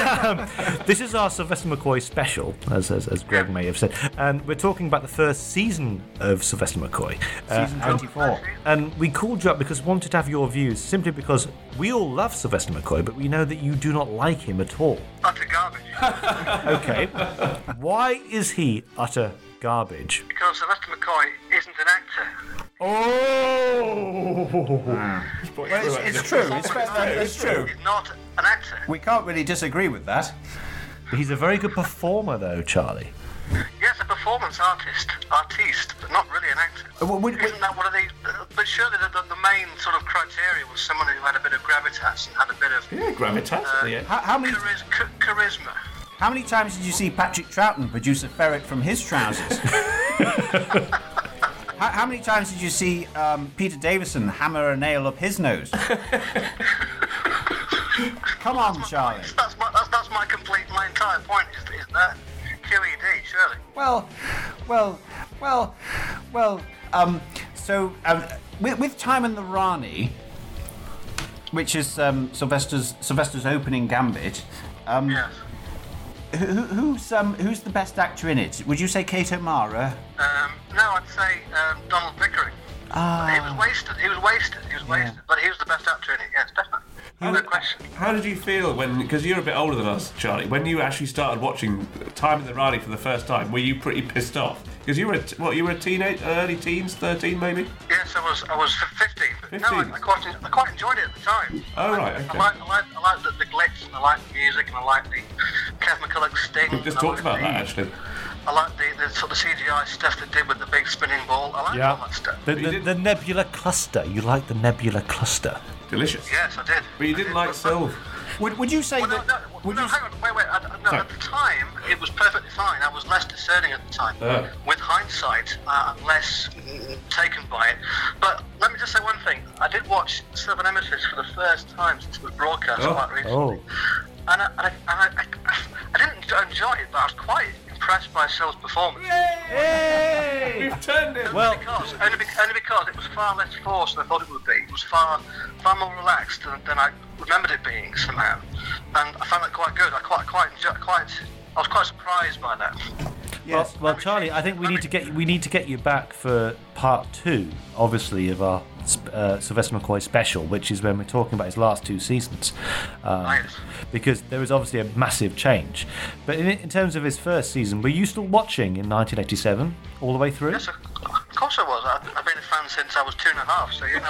Speaker 3: This is our Sylvester McCoy special, as, as, as Greg may have said. And we're talking about the first season of Sylvester McCoy. Uh,
Speaker 2: Season 24.
Speaker 3: and we called you up because we wanted to have your views, simply because we all love Sylvester McCoy, but we know that you do not like him at all.
Speaker 11: Utter garbage.
Speaker 3: Okay. Why is he utter garbage?
Speaker 11: Because Sylvester McCoy isn't an actor.
Speaker 3: Oh!
Speaker 2: Well, it's, it's true. It's, fair- it's true.
Speaker 11: He's not an actor.
Speaker 2: We can't really disagree with that.
Speaker 3: He's a very good performer, though, Charlie.
Speaker 11: Yes, a performance artist, artiste, but not really an actor.
Speaker 2: Uh, well, we- we-
Speaker 11: Isn't that one of these? Uh, but surely the, the, the main sort of criteria was someone who had a bit of gravitas and had a bit of
Speaker 4: Yeah, gravitas. yeah.
Speaker 2: How, how many
Speaker 11: chariz- ch- charisma.
Speaker 2: how many times did you see Patrick Troughton produce a ferret from his trousers? how, how many times did you see um, Peter Davison hammer a nail up his nose? Come on, Charlie.
Speaker 11: That's my that's, that's my complete my entire point is, is that QED surely.
Speaker 2: Well, well, well, well. Um, so um, with, with time and the Rani, which is um, Sylvester's Sylvester's opening gambit. Um,
Speaker 11: Yes.
Speaker 2: who, who- who's um, who's the best actor in it? Would you say Kate O'Mara?
Speaker 11: Um, no, I'd say um, Donald Pickering. Ah. He was wasted. He was wasted. He was wasted. But he was the best actor in it. Yes, definitely. No question.
Speaker 4: How did you feel when? Because you're a bit older than us, Charlie. When you actually started watching Time in the Rani for the first time, were you pretty pissed off? Because you were a t- what? You were a teenage, early teens, thirteen maybe.
Speaker 11: Yes, I was. I was f- 15. But No, I,
Speaker 4: 15.
Speaker 11: I quite. en- I quite enjoyed it at the time.
Speaker 4: Oh,
Speaker 11: I-
Speaker 4: right,
Speaker 11: I
Speaker 4: okay.
Speaker 11: like. I like. I like the, the glitz and I like the music and I like the Kev McCulloch sting.
Speaker 4: We've just
Speaker 11: and I
Speaker 4: talked about
Speaker 11: like
Speaker 4: that actually.
Speaker 11: the- I like the, the sort of CGI stuff they did with the big spinning ball. I like all that stuff.
Speaker 3: The, the, the nebula cluster. You like the nebula cluster.
Speaker 4: Delicious.
Speaker 11: Yes, I did.
Speaker 4: But you
Speaker 11: I
Speaker 4: didn't
Speaker 11: did,
Speaker 4: like
Speaker 11: but-
Speaker 4: Sylve.
Speaker 2: Would, would you say
Speaker 11: Well, no,
Speaker 2: that?
Speaker 11: no, well,
Speaker 2: would
Speaker 11: no,
Speaker 2: you,
Speaker 11: hang on, wait, wait. I, no, at the time, it was perfectly fine. I was less discerning at the time.
Speaker 2: Uh.
Speaker 4: Oh.
Speaker 11: With hindsight, uh, less mm, taken by it. But let me just say one thing. I did watch Silver Nemesis for the first time since it was broadcast
Speaker 4: Oh.
Speaker 11: quite recently.
Speaker 3: Oh.
Speaker 11: And, I, and, I, and I, I, I didn't enjoy it, but I was quite impressed by Sil's performance.
Speaker 4: We've turned it.
Speaker 11: Well, because, only, be- only because it was far less forced than I thought it would be. It was far, far more relaxed than, than I remembered it being somehow, and I found that quite good. I quite, quite, enjoy- quite. I was quite surprised by that.
Speaker 3: Well, well, Charlie, I think we need to get we need to get you back for part two, obviously, of our uh, Sylvester McCoy special, which is when we're talking about his last two seasons, um,
Speaker 11: Right.
Speaker 3: because there was obviously a massive change. But in, in terms of his first season, were you still watching in 1987 all the way through?
Speaker 11: Yes, of of course I was. I, I've been a fan since I was two and a half, so you know.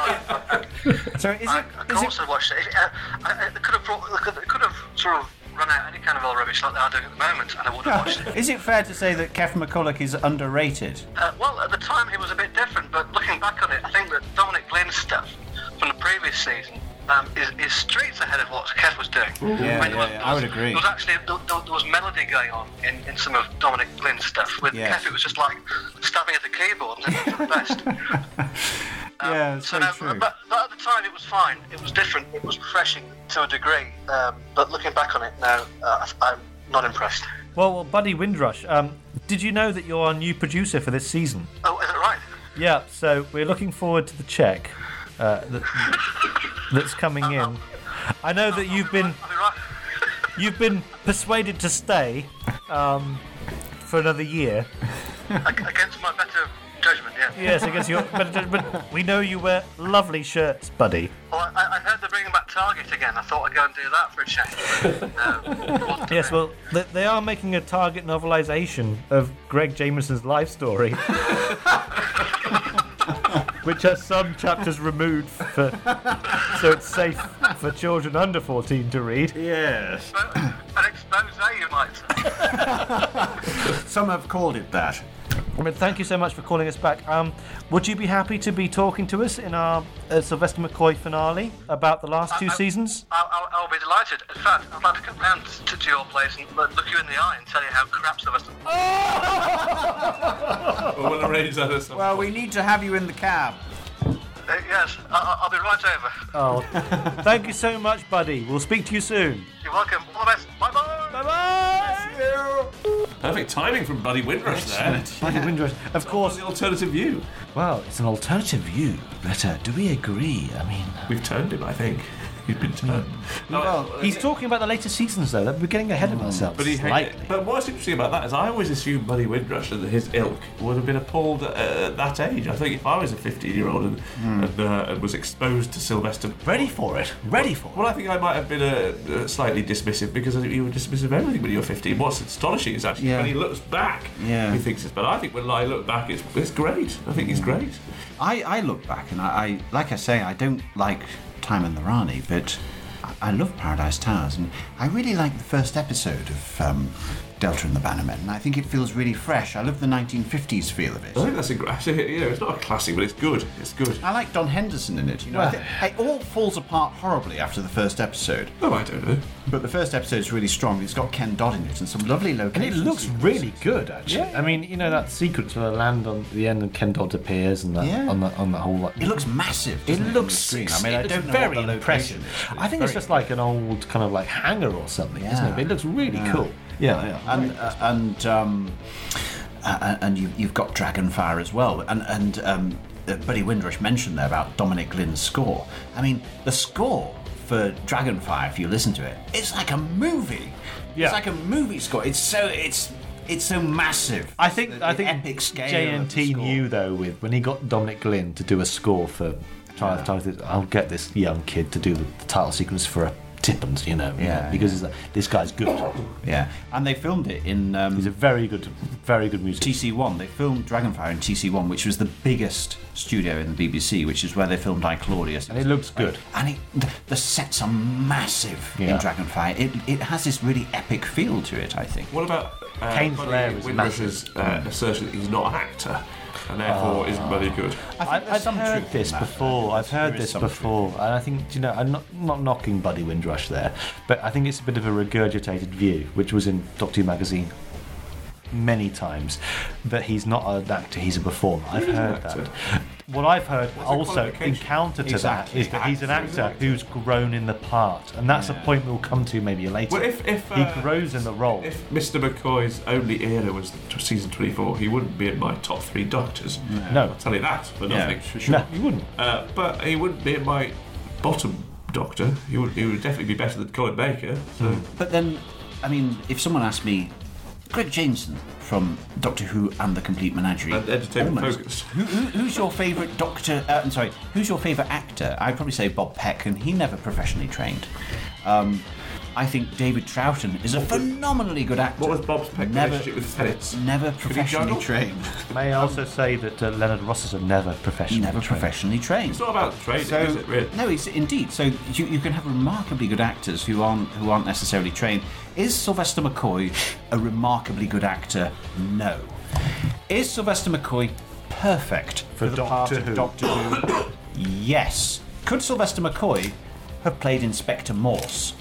Speaker 11: I,
Speaker 2: So is
Speaker 11: I,
Speaker 2: it?
Speaker 11: of
Speaker 2: Is
Speaker 11: course
Speaker 2: it
Speaker 11: I watched it. If- uh, I, I, it could have brought, it could, it could have sort of run out any kind of old rubbish like they are doing at the moment, and I would have watched it.
Speaker 2: is it fair to say that Kevin McCulloch is underrated?
Speaker 11: Uh, well, at the time it was a bit different, but looking back on it, I think that Dominic Glynn's stuff from the previous season um, is, is streets ahead of what Kev was doing.
Speaker 3: Mm-hmm.
Speaker 2: Yeah, yeah,
Speaker 11: there was-
Speaker 2: yeah,
Speaker 11: there
Speaker 2: I
Speaker 11: was-
Speaker 2: would agree.
Speaker 11: There was actually there, there- there was melody going on in, in some of Dominic Glynn's stuff. With
Speaker 2: Yeah.
Speaker 11: Kev, it was just like stabbing at the keyboard. And it was the best.
Speaker 2: yeah, it's
Speaker 11: Uh, So
Speaker 2: very
Speaker 11: no,
Speaker 2: true.
Speaker 11: But, but at the time it was fine. It was different. It was refreshing to a degree. Um, but looking back on it now, uh, I'm not impressed.
Speaker 3: Well, well, Buddy Windrush, um, did you know that you're our new producer for this season?
Speaker 11: Oh, is it right?
Speaker 3: Yeah, so we're looking forward to the check uh, that, that's coming in. I know that you've been
Speaker 11: I'll be right.
Speaker 3: you've been persuaded to stay um, for another year.
Speaker 11: Ag- Against my better judgment, yeah.
Speaker 3: Yes, I guess you're. But, but we know you wear lovely shirts, buddy.
Speaker 11: Well, I, I heard they're bringing back Target again. I thought I'd go and do that for a change. Um, But, no, wasn't
Speaker 3: Yes,
Speaker 11: there.
Speaker 3: well, they, they are making a target novelization of Greg Jameson's life story, which has some chapters removed for, so it's safe for children under 14 to read.
Speaker 2: yes.
Speaker 11: But An expose, you might say.
Speaker 2: Some have called it that.
Speaker 3: I mean, thank you so much for calling us back. Um, would you be happy to be talking to us in our uh, Sylvester McCoy finale about the last two
Speaker 11: I-
Speaker 3: seasons?
Speaker 11: I'll, I'll, I'll be delighted. In fact, I'd like to come round to, to your place and look look you in the eye and tell you how crap Sylvester
Speaker 4: we'll arrange that or something.
Speaker 2: Well, we need to have you in the cab.
Speaker 11: Uh, yes, I- I, I'll be right over.
Speaker 3: Oh, thank you so much, buddy. We'll speak to you soon.
Speaker 11: You're welcome. All the best. Bye-bye.
Speaker 3: Bye bye.
Speaker 4: Perfect timing from Buddy Windrush there.
Speaker 3: Of course.
Speaker 4: The alternative view.
Speaker 3: Well, it's an alternative view, but uh, do we agree? I mean,
Speaker 4: We've turned him, I think. He's been turned. No,
Speaker 3: he's talking about the later seasons, though. That we're getting ahead
Speaker 2: Mm,
Speaker 3: of ourselves.
Speaker 4: But, he
Speaker 3: slightly.
Speaker 4: but what's interesting about that is I always assumed Buddy Windrush and his ilk would have been appalled at, uh, at that age. I think if I was a 15 year old and, and, uh, and was exposed to Sylvester.
Speaker 3: Hmm. ready for it. Ready for
Speaker 4: Well, I think I might have been uh, uh, slightly dismissive because I think you were dismissive of everything when you were 15. What's astonishing is actually
Speaker 2: Yeah.
Speaker 4: when he looks back,
Speaker 2: Yeah.
Speaker 4: he thinks it's. But I think when I look back, it's, it's great. I think he's
Speaker 3: Hmm.
Speaker 4: great.
Speaker 2: I, I look back and I, I like I say I don't like Time in the Rani, but I, I love Paradise Towers and I really like the first episode of um, Delta and the Bannermen. And I think it feels really fresh. I love the 1950s feel of it.
Speaker 4: I think that's a great. You know, it's not a classic, but it's good. It's good.
Speaker 2: I like Don Henderson in it. You know, I thi- it all falls apart horribly after the first episode,
Speaker 4: No, Oh, I don't know.
Speaker 2: but the first episode is really strong. It's got Ken Dodd in it and some lovely
Speaker 3: And it
Speaker 2: locations.
Speaker 3: looks really good, actually. I mean, you know that sequence where they land on the end and Ken Dodd appears, and that
Speaker 2: Yeah.
Speaker 3: on that on that whole. Like,
Speaker 2: It looks massive.
Speaker 3: It
Speaker 2: doesn't on the
Speaker 3: looks
Speaker 2: screen? I mean, I
Speaker 3: it
Speaker 2: don't
Speaker 3: looks
Speaker 2: know
Speaker 3: very
Speaker 2: what the location
Speaker 3: impressive.
Speaker 2: is, but
Speaker 3: I think it's
Speaker 2: very
Speaker 3: just like an old kind of like hangar or something, isn't it?
Speaker 2: Yeah.
Speaker 3: But it looks really cool. Yeah, yeah.
Speaker 2: and uh, and um, uh, and you, you've got Dragonfire as well, and and um, uh, Buddy Windrush mentioned there about Dominic Glynn's score. I mean, the score for Dragonfire, if you listen to it, it's like a movie.
Speaker 3: Yeah.
Speaker 2: It's like a movie score. It's so it's it's so massive.
Speaker 3: I think
Speaker 2: The-
Speaker 3: I
Speaker 2: the
Speaker 3: think
Speaker 2: epic scale. of the
Speaker 3: JNT
Speaker 2: score.
Speaker 3: knew though with when he got Dominic Glynn to do a score for Trial of Titan, I'll get this young kid to do the, the title sequence for a tippins, you know,
Speaker 2: Yeah,
Speaker 3: because he's like, this guy's good.
Speaker 2: Yeah, and they filmed it in um,
Speaker 3: He's a very good, very good musician.
Speaker 2: TC1. They filmed Dragonfire in TC1, which was the biggest studio in the BBC, which is where they filmed I Claudius.
Speaker 3: And it looks good.
Speaker 2: And it, the, the sets are massive
Speaker 3: Yeah.
Speaker 2: in Dragonfire. It, it has this really epic feel to it, I think.
Speaker 4: What about uh,
Speaker 3: Cain's Lair
Speaker 4: Buddy
Speaker 3: is
Speaker 4: Windrush's uh, assertion that he's not an actor and therefore isn't very good?
Speaker 3: I
Speaker 2: there's
Speaker 3: I've
Speaker 2: some
Speaker 3: heard
Speaker 2: truth in
Speaker 3: this
Speaker 2: that.
Speaker 3: before. I've heard
Speaker 2: There is
Speaker 3: this
Speaker 2: some truth.
Speaker 3: before, and I think do you know I'm not not knocking Buddy Windrush there, but I think it's a bit of a regurgitated view, which was in Doctor Who magazine many times, that he's not an actor, he's a performer. I've
Speaker 4: is an
Speaker 3: heard
Speaker 4: actor.
Speaker 3: that. what I've heard also in
Speaker 4: qualification.
Speaker 3: counter to
Speaker 2: Exactly.
Speaker 3: that is that he's an
Speaker 4: Actor,
Speaker 3: actor
Speaker 4: isn't it?
Speaker 3: who's grown in the part, and that's a point we'll come to maybe later.
Speaker 4: Well, if- if, uh,
Speaker 3: he grows in the role,
Speaker 4: If Mr. McCoy's only era was t- season 24, he wouldn't be in my top three doctors.
Speaker 3: no,
Speaker 4: I'll tell you that for nothing.
Speaker 3: no, you wouldn't.
Speaker 4: Uh, but he wouldn't be in my bottom doctor. He would, he would definitely be better than Colin Baker. So
Speaker 2: But then, I mean, if someone asked me, Greg Jameson from Doctor Who and the Complete Menagerie,
Speaker 4: And Entertainment
Speaker 2: almost,
Speaker 4: Focus.
Speaker 2: Who, who, who's your favourite Doctor? Uh, I'm sorry, who's your favourite actor? I'd probably say Bob Peck, and he never professionally trained. Um, I think David Troughton is a phenomenally good actor.
Speaker 4: what was Bob's Peck
Speaker 2: never,
Speaker 4: relationship with Tenets?
Speaker 2: never
Speaker 4: Could he juggle?
Speaker 2: professionally trained.
Speaker 3: May I also say that uh, Leonard Rossiter never professionally
Speaker 2: Never
Speaker 3: trained.
Speaker 2: professionally trained.
Speaker 4: It's not about training,
Speaker 2: So
Speaker 4: is it? Really?
Speaker 2: no, it's indeed. So you, you can have remarkably good actors who aren't who aren't necessarily trained. Is Sylvester McCoy a remarkably good actor? No. Is Sylvester McCoy perfect for, the part
Speaker 3: Doctor
Speaker 2: of
Speaker 3: Who.
Speaker 2: Doctor Who? yes. Could Sylvester McCoy have played Inspector Morse?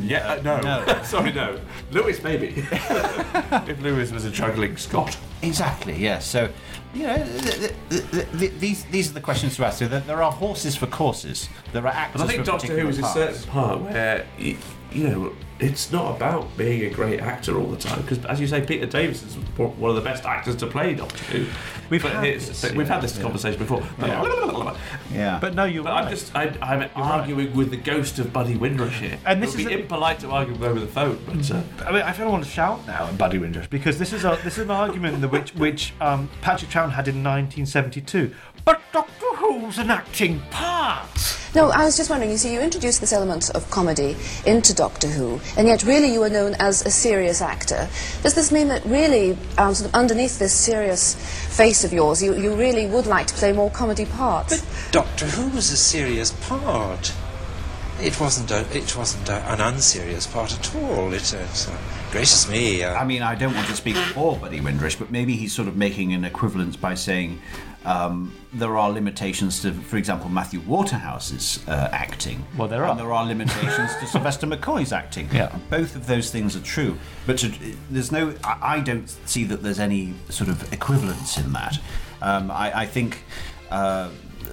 Speaker 4: Yeah, uh, no.
Speaker 2: No.
Speaker 4: Sorry, no. Lewis, maybe. if Lewis was a juggling Scot.
Speaker 2: Exactly. Yeah. So, you know, th- th- th- th- these these are the questions to ask. So there, there are horses for courses. There are actors.
Speaker 4: But I think
Speaker 2: for
Speaker 4: Doctor Who
Speaker 2: particular
Speaker 4: is a
Speaker 2: parts.
Speaker 4: certain part where, y- you know, it's not about being a great actor all the time. Because, as you say, Peter Davison's one of the best actors to play Doctor Who.
Speaker 3: We've
Speaker 4: But
Speaker 3: had
Speaker 4: it's-
Speaker 3: this,
Speaker 4: but we've
Speaker 3: yeah,
Speaker 4: had this
Speaker 3: yeah.
Speaker 4: conversation before.
Speaker 2: Yeah.
Speaker 3: But no, you're
Speaker 4: But
Speaker 3: right.
Speaker 4: I'm just, I, I'm arguing with the ghost of Buddy Windrush here.
Speaker 3: And this
Speaker 4: it would
Speaker 3: is
Speaker 4: be
Speaker 3: a-
Speaker 4: impolite to argue with over the phone, but uh,
Speaker 3: I mean, I feel I want to shout now at Buddy Windrush because this is a this is an argument that which which um, Patrick Troughton had in 1972. But Doctor Who's an acting part.
Speaker 6: No, I was just wondering, you see, you introduced this element of comedy into Doctor Who, and yet really you were known as a serious actor. Does this mean that really, um, sort of underneath this serious face of yours, you, you really would like to play more comedy parts?
Speaker 12: Doctor Who was a serious part. It wasn't a, it wasn't a, an unserious part at all. It, uh, so- gracious me. Uh,
Speaker 2: I mean, I don't want to speak for Buddy Windrush, but maybe he's sort of making an equivalence by saying um, there are limitations to, for example, Matthew Waterhouse's uh, acting.
Speaker 3: Well, there are.
Speaker 2: And there are limitations to Sylvester McCoy's acting.
Speaker 3: Yeah.
Speaker 2: Both of those things are true, but to, there's no. I, I don't see that there's any sort of equivalence in that. Um, I, I think. Uh,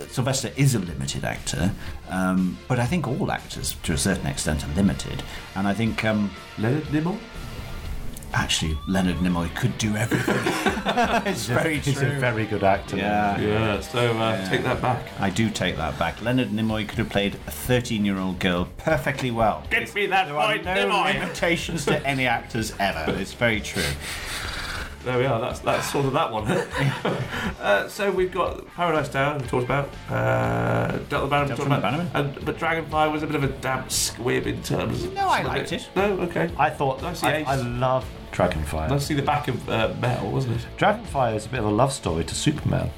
Speaker 2: Sylvester is a limited actor, um, but I think all actors, to a certain extent, are limited. And I think um,
Speaker 4: Leonard Nimoy?
Speaker 2: actually Leonard Nimoy could do everything. it's very
Speaker 3: He's a very good actor.
Speaker 2: Yeah.
Speaker 4: Yeah, so uh, take that back.
Speaker 2: I do take that back. Leonard Nimoy could have played a 13-year-old girl perfectly well.
Speaker 4: Get me that
Speaker 2: There are
Speaker 4: point,
Speaker 2: no
Speaker 4: Nimoy!
Speaker 2: limitations to any actors ever. It's very true.
Speaker 4: There we are. That's that's sort of that one. uh, so we've got Paradise Down. We talked about uh, Delta Bannerman. we talked
Speaker 2: Delta
Speaker 4: about
Speaker 2: Bannerman.
Speaker 4: And, but Dragonfly was a bit of a damp squib in terms. of
Speaker 2: No, I
Speaker 4: some of
Speaker 2: liked it.
Speaker 4: No, okay.
Speaker 3: I thought
Speaker 4: Nice
Speaker 3: I,
Speaker 4: ace.
Speaker 3: I love Dragonfire.
Speaker 4: Let's see the back of uh, Mel, wasn't it?
Speaker 3: Dragonfire is a bit of a love story to Superman.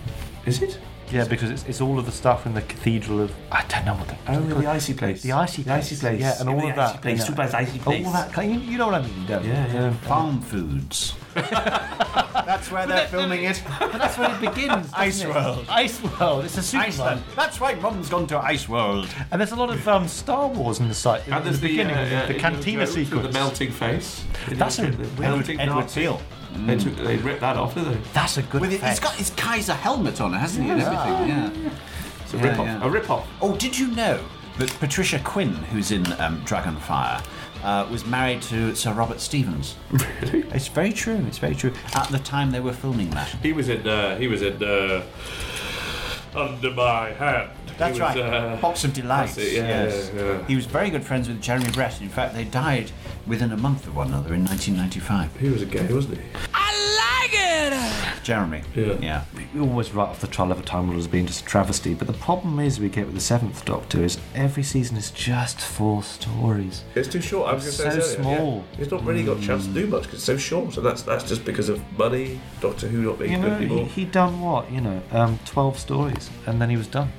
Speaker 4: Is it?
Speaker 3: Yeah, because it's, it's all of the stuff in the Cathedral of I don't know what the
Speaker 4: Oh, icy place.
Speaker 3: the icy place. yeah, and all of that. you know.
Speaker 4: Superman's icy place.
Speaker 3: All that, you, you know what I mean, don't you?
Speaker 4: Yeah, yeah.
Speaker 2: Farm foods. That's where they're filming it.
Speaker 3: That's where it begins.
Speaker 2: Ice
Speaker 3: doesn't it?
Speaker 2: World.
Speaker 3: Ice World. It's a Superman.
Speaker 2: Iceland. That's why Mum's gone to Ice World.
Speaker 3: And there's a lot of um, Star Wars in the site. In
Speaker 4: And
Speaker 3: the,
Speaker 4: there's the,
Speaker 3: beginning,
Speaker 4: uh, uh,
Speaker 3: the
Speaker 4: Indiana
Speaker 3: cantina
Speaker 4: Jones with
Speaker 3: sequence.
Speaker 4: The melting face.
Speaker 3: That's a-
Speaker 4: The melting
Speaker 2: Edward
Speaker 4: Nazi.
Speaker 2: Teal.
Speaker 4: They, took, they ripped that off, didn't they?
Speaker 3: That's a good
Speaker 2: With it, he's
Speaker 3: effect.
Speaker 2: got his Kaiser helmet on, hasn't he? And everything. Yeah.
Speaker 4: It's a rip off.
Speaker 2: yeah.
Speaker 4: A rip off.
Speaker 2: Oh, did you know that Patricia Quinn, who's in um, Dragonfire, uh, was married to Sir Robert Stevens? Really? It's very true. It's very true. At the time they were filming that.
Speaker 4: He was in. Uh, he was in. Uh, under my hand.
Speaker 2: That's
Speaker 4: he was, uh,
Speaker 2: right. Box of Delights.
Speaker 4: that's it, yeah,
Speaker 2: yes.
Speaker 4: yeah, yeah.
Speaker 2: He was very good friends with Jeremy Brett. In fact, they died within a month of one another in 1995.
Speaker 4: He was a gay, wasn't he?
Speaker 2: Jeremy.
Speaker 4: Yeah.
Speaker 3: We always write off the Trial of a Time Lord as being just a travesty, but the problem is we get with the Seventh Doctor is every season is just four stories.
Speaker 4: It's too short. I was going
Speaker 3: So
Speaker 4: to say it's earlier,
Speaker 3: small.
Speaker 4: Yeah. He's not really got a chance to do much because it's so short, and that's that's just because of money, Doctor Who not being
Speaker 3: You know,
Speaker 4: good
Speaker 3: he,
Speaker 4: anymore.
Speaker 3: he done what? You know, um, twelve stories, and then he was done.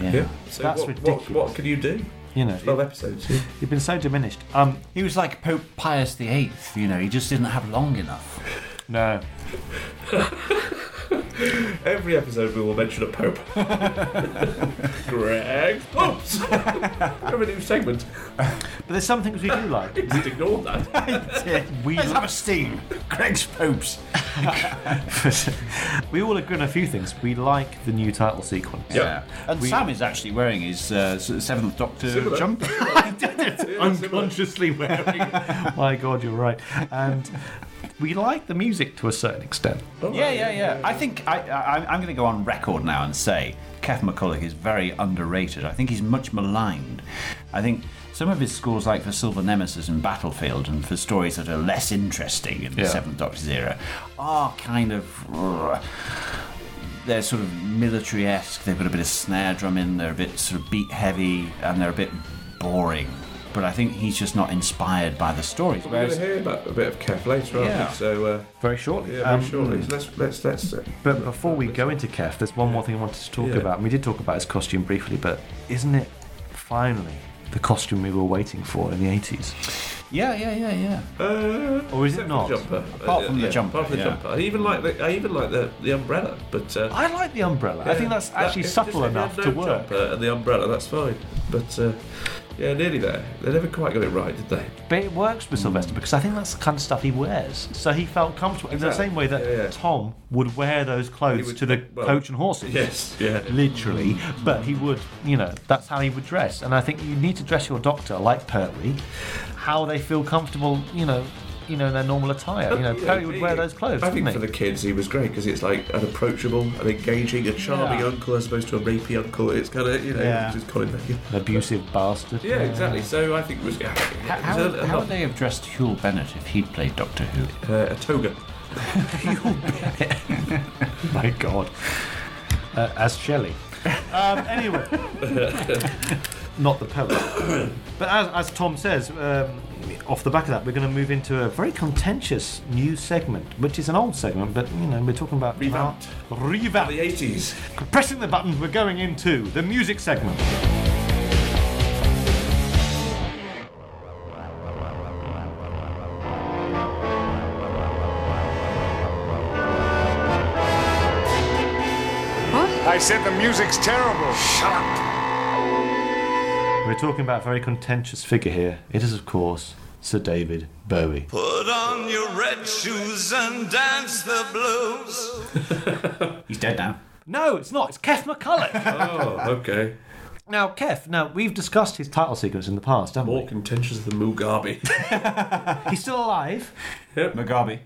Speaker 2: yeah.
Speaker 4: yeah. So
Speaker 3: That's
Speaker 4: what,
Speaker 3: ridiculous.
Speaker 4: What, what can you do?
Speaker 3: You know,
Speaker 4: Twelve episodes. Yeah.
Speaker 3: he'd been so diminished. Um,
Speaker 2: He was like Pope Pius VIII. You know, he just didn't have long enough.
Speaker 3: no,
Speaker 4: Every episode we will mention a pope. Greg Popes. Have a new segment.
Speaker 3: but there's some things we do like.
Speaker 4: Just ignore that.
Speaker 3: we
Speaker 2: Let's have a sting. Greg's popes.
Speaker 3: we all agree on a few things. We like the new title sequence.
Speaker 2: Yeah. And Sam is actually wearing his uh, s- Seventh Doctor
Speaker 3: Similar.
Speaker 2: jumper.
Speaker 3: I did it unconsciously wearing. My God, you're right. And we like the music to a certain extent.
Speaker 2: yeah, yeah, yeah. I think I, I, I'm going to go on record now and say Kev McCulloch is very underrated. I think he's much maligned. I think some of his scores, like for Silver Nemesis and Battlefield, and for stories that are less interesting in the
Speaker 3: Yeah.
Speaker 2: Seventh Doctor's era, are kind of. they're sort of military esque. They've got a bit of snare drum in, they're a bit sort of beat heavy, and they're a bit boring. But I think he's just not inspired by the stories.
Speaker 4: We're going to hear about a bit of Kef later, aren't
Speaker 2: Yeah.
Speaker 4: we? So uh,
Speaker 3: very shortly.
Speaker 4: Yeah, very
Speaker 3: Um,
Speaker 4: shortly.
Speaker 3: mm.
Speaker 4: Let's let's let's. Uh,
Speaker 3: But before we go into Kef, there's one more thing I wanted to talk
Speaker 4: Yeah.
Speaker 3: about. And we did talk about his costume briefly, but isn't it finally the costume we were waiting for in the 80s?
Speaker 2: Yeah, yeah, yeah, yeah.
Speaker 4: Uh,
Speaker 3: or is
Speaker 4: except for
Speaker 3: it not?
Speaker 4: the jumper.
Speaker 3: Apart from the jumper,
Speaker 4: Apart from the
Speaker 3: yeah.
Speaker 4: jumper. I even like the I even like the, the umbrella, but uh,
Speaker 3: I like the umbrella. I
Speaker 4: yeah,
Speaker 3: think that's actually
Speaker 4: if-
Speaker 3: subtle
Speaker 4: if they had
Speaker 3: enough
Speaker 4: no
Speaker 3: to work.
Speaker 4: Jumper and the umbrella, that's fine. But uh, yeah, nearly there. They never quite got it right, did they?
Speaker 3: But it works with Sylvester because I think that's the kind of stuff he wears. So he felt comfortable in the
Speaker 4: Exactly.
Speaker 3: same way that Tom would wear those clothes to the
Speaker 4: well,
Speaker 3: coach and horses.
Speaker 4: yes, yeah.
Speaker 3: Literally. But he would, you know, that's how he would dress. And I think you need to dress your doctor like Pertwee, how they feel comfortable, you know, you know, in their normal attire. You know, Pertwee would wear those clothes,
Speaker 4: Oh, I think
Speaker 3: wouldn't
Speaker 4: for
Speaker 3: he?
Speaker 4: the kids, he was great because it's like an approachable, an engaging, a charming
Speaker 3: Yeah.
Speaker 4: uncle as opposed to a rapey uncle. It's kind of you know
Speaker 3: Yeah.
Speaker 4: just Colin Baker.
Speaker 3: An abusive bastard.
Speaker 4: Yeah, exactly. So I think it was. Yeah,
Speaker 2: How, how,
Speaker 4: it was a- a
Speaker 2: how
Speaker 4: lot-
Speaker 2: would they have dressed Huel Bennett if he'd played Doctor Who?
Speaker 4: Uh, a toga.
Speaker 3: oh My God. Uh, as Shelley. Um, anyway. Not the poet. but as, as Tom says, um, off the back of that, we're going to move into a very contentious new segment, which is an old segment, but you know, we're talking about revamped. revamped.
Speaker 4: The 80s.
Speaker 3: Pressing the buttons, we're going into the music segment.
Speaker 13: I said the music's terrible. Shut up.
Speaker 3: We're talking about a very contentious figure here. It is, of course, Sir David Bowie.
Speaker 14: Put on your red shoes and dance the blues.
Speaker 2: He's dead now.
Speaker 3: No, it's not. It's Kef McCulloch.
Speaker 4: Oh, okay.
Speaker 3: Now, Kef, now we've discussed his title sequence in the past, haven't we? More
Speaker 4: contentious than Mugabe.
Speaker 3: He's still alive.
Speaker 4: Yep.
Speaker 2: Mugabe.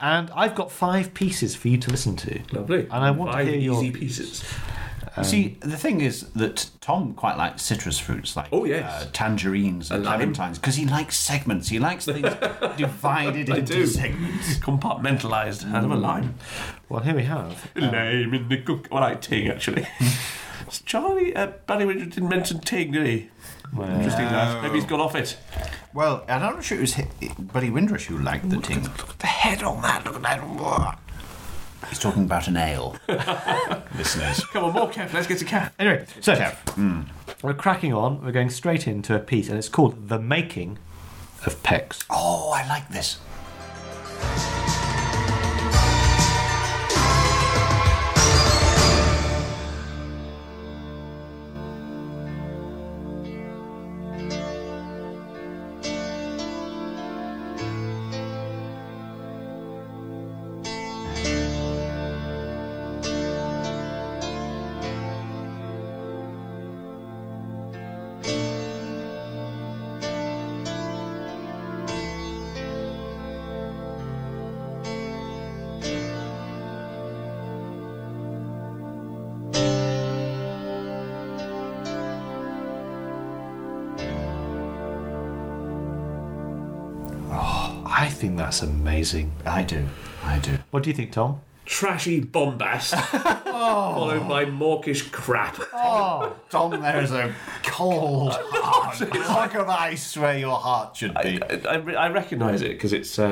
Speaker 3: And I've got five pieces for you to listen to.
Speaker 4: Lovely.
Speaker 3: And I want
Speaker 4: Five
Speaker 3: to hear your
Speaker 4: easy pieces.
Speaker 3: Um,
Speaker 2: You See, the thing is that Tom quite likes citrus fruits, like
Speaker 4: Oh, yes.
Speaker 2: uh, tangerines and
Speaker 4: lime.
Speaker 2: clementines, because he likes segments. He likes things divided
Speaker 4: I
Speaker 2: into
Speaker 4: do.
Speaker 2: segments.
Speaker 4: Compartmentalised. I have a lime.
Speaker 3: Well, here we have.
Speaker 4: Lime in the cook. Well, I like ting, actually. Charlie, uh, Barry Windsor didn't mention ting, did he? Interesting that. Maybe he's gone off it.
Speaker 2: Well, I'm not sure it was hi- Buddy Windrush who liked the ting. Look at the head on that. Look at that. He's talking about an ale, listeners.
Speaker 4: Come on, more Kev. Let's get to Kev.
Speaker 3: Anyway, so
Speaker 2: Hmm.
Speaker 3: we're cracking on. We're going straight into a piece, and it's called "The Making of Pecs."
Speaker 2: Oh, I like this.
Speaker 3: I think that's amazing.
Speaker 2: I do. I do.
Speaker 3: What do you think, Tom?
Speaker 4: Trashy bombast, followed by mawkish crap.
Speaker 2: Oh, Tom, there is a cold hard block of ice where your heart should be.
Speaker 4: I, I, I recognise it because it's uh,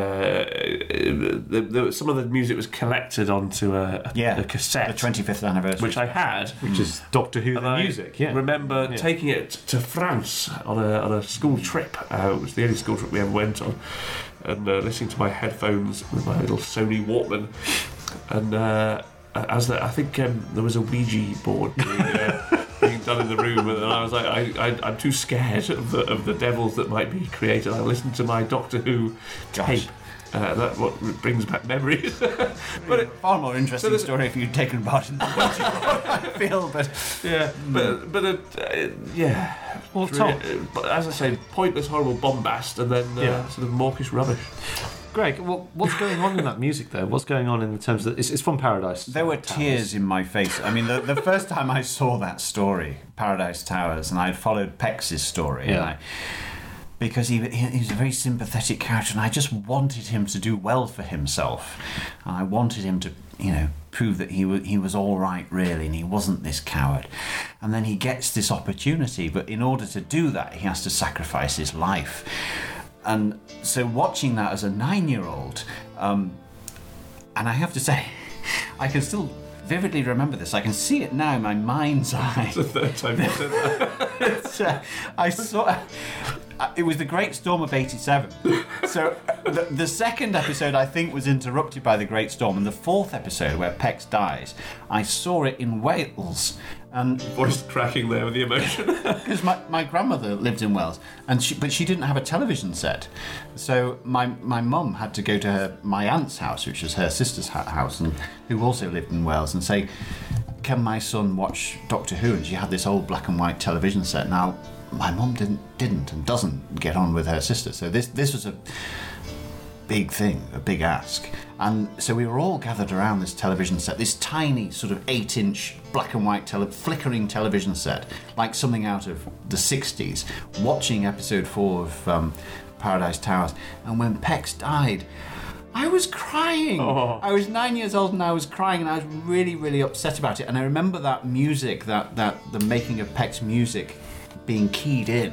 Speaker 4: the, the, some of the music was collected onto a, a,
Speaker 2: Yeah,
Speaker 4: a cassette,
Speaker 2: the 25th anniversary,
Speaker 4: which I had,
Speaker 3: Which is Doctor Who the music. Yeah.
Speaker 4: remember
Speaker 3: Yeah.
Speaker 4: taking it to France on a, on a school trip. Uh, it was the only school trip we ever went on, and uh, listening to my headphones with my little Sony Walkman, and uh, as the, I think um, there was a Ouija board being, uh, being done in the room, and I was like, I, I, I'm too scared of the, of the devils that might be created. I listened to my Doctor Who tape. Uh, that what brings back memories. but it,
Speaker 2: far more interesting
Speaker 4: So there's-
Speaker 2: story if you'd taken part in that. I feel, but
Speaker 4: yeah, but but uh, uh, yeah.
Speaker 3: Well,
Speaker 4: It's
Speaker 3: Tom-
Speaker 4: really- uh, but as I say, pointless, horrible bombast, and then uh,
Speaker 3: Yeah.
Speaker 4: sort of mawkish rubbish.
Speaker 3: Greg, what, what's going on in that music though? What's going on in terms of it's, it's from Paradise?
Speaker 2: There were tears in my face. I mean, the, the first time I saw that story, Paradise Towers, and I'd followed Pex's story, and
Speaker 3: Yeah.
Speaker 2: I, because he, he, he was a very sympathetic character, and I just wanted him to do well for himself. And I wanted him to, you know, prove that he, wa he was all right, really, and he wasn't this coward. And then he gets this opportunity, but in order to do that, he has to sacrifice his life. And so, watching that as a nine year old, um, and I have to say, I can still vividly remember this. I can see it now in my mind's eye. It's the
Speaker 4: third time you said
Speaker 2: that. I saw. uh, It was the Great Storm of '87. So the, the second episode, I think, was interrupted by the Great Storm, and the fourth episode, where Pex dies, I saw it in Wales. And
Speaker 4: voice cracking there with the emotion.
Speaker 2: Because my, my grandmother lived in Wales, and she, but she didn't have a television set, so my my mum had to go to her my aunt's house, which was her sister's ha- house, and who also lived in Wales, and say, "Can my son watch Doctor Who?" And she had this old black and white television set. Now, my mum didn't didn't and doesn't get on with her sister, so this this was a big thing, a big ask. And so we were all gathered around this television set, this tiny sort of eight inch black and white tele- flickering television set, like something out of the 60s, watching episode four of um, Paradise Towers. And when Pex died, I was crying. I was nine years old and I was crying and I was really, really upset about it. And I remember that music, that, that the making of Pex music being keyed in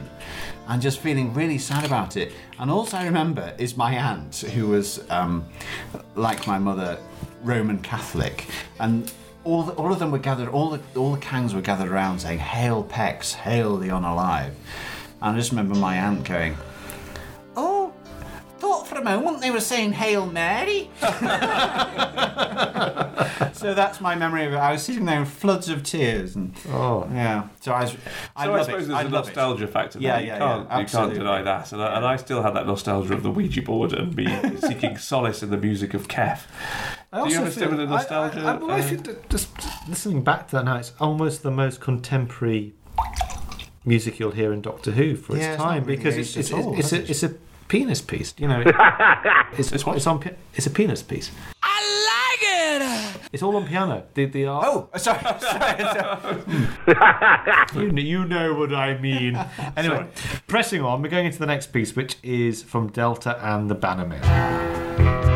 Speaker 2: and just feeling really sad about it. And all I remember is my aunt, who was, um, like my mother, Roman Catholic. And all, the, all of them were gathered, all the, all the Kangs were gathered around saying, Hail Pex, hail the unalive. And I just remember my aunt going, Oh, thought for a moment they were saying Hail Mary. so that's my memory of it. I was sitting there in floods of tears, and oh yeah. So I, was, I
Speaker 4: So I,
Speaker 2: love
Speaker 4: suppose
Speaker 2: it.
Speaker 4: there's
Speaker 2: I
Speaker 4: a
Speaker 2: love it.
Speaker 4: nostalgia factor.
Speaker 2: Yeah, yeah,
Speaker 4: there. you
Speaker 2: yeah,
Speaker 4: can't, You can't
Speaker 2: absolutely.
Speaker 4: deny that, and I, and I still have that nostalgia of the Ouija board and me seeking solace in the music of Kef. Do you have a similar nostalgia?
Speaker 3: I, I, well, I
Speaker 4: uh,
Speaker 3: feel that just listening back to that now, it's almost the most contemporary music you'll hear in Doctor Who for
Speaker 2: Yeah,
Speaker 3: its
Speaker 2: it's not
Speaker 3: time
Speaker 2: really
Speaker 3: because it's
Speaker 2: aged
Speaker 3: it's,
Speaker 2: at all,
Speaker 3: it's,
Speaker 2: has
Speaker 3: a, it's a penis piece. You know, it's it's, it's on pi- it's a penis piece.
Speaker 14: I
Speaker 3: It's all on piano. The the art.
Speaker 2: Oh, sorry, sorry.
Speaker 3: you, kn- you know what I mean. Anyway, pressing on, we're going into the next piece, which is from Delta and the Bannerman.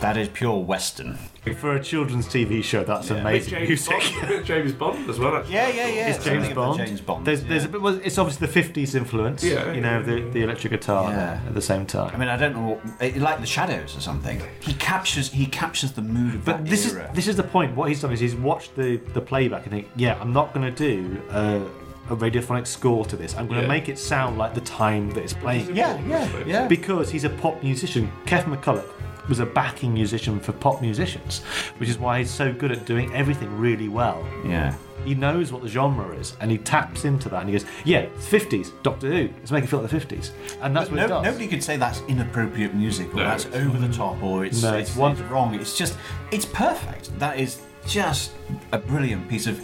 Speaker 2: That is pure Western.
Speaker 3: For a children's TV show, that's
Speaker 4: with
Speaker 3: amazing
Speaker 4: James
Speaker 3: music.
Speaker 4: Bond, with James Bond as well. Actually.
Speaker 2: Yeah, yeah, yeah.
Speaker 3: It's James Bond. There's, there's a bit, well, it's obviously the 50s influence.
Speaker 2: Yeah.
Speaker 3: You know, the, the electric guitar
Speaker 2: Yeah.
Speaker 3: at the same time.
Speaker 2: I mean, I don't know, what, it- like the Shadows or something. He captures, he captures the mood of
Speaker 3: But
Speaker 2: that
Speaker 3: this
Speaker 2: era.
Speaker 3: is this is the point. What he's done is he's watched the, the playback and think, yeah, I'm not going to do a, a radiophonic score to this. I'm going to
Speaker 2: Yeah.
Speaker 3: make it sound like the time that it's playing.
Speaker 2: Yeah, yeah, yeah.
Speaker 3: Because he's a pop musician. Kev McCulloch was a backing musician for pop musicians, which is why he's so good at doing everything really well.
Speaker 2: Yeah.
Speaker 3: He knows what the genre is, and he taps into that, and he goes, "Yeah, it's 50s, Doctor Who. Let's make it feel like the 50s." And that's what it
Speaker 2: No,
Speaker 3: does.
Speaker 2: nobody could say that's inappropriate music or
Speaker 3: No,
Speaker 2: that's
Speaker 3: it's
Speaker 2: over the top or it's,
Speaker 3: No,
Speaker 2: it's,
Speaker 3: it's
Speaker 2: it's wrong. It's just, it's perfect. That is just a brilliant piece of,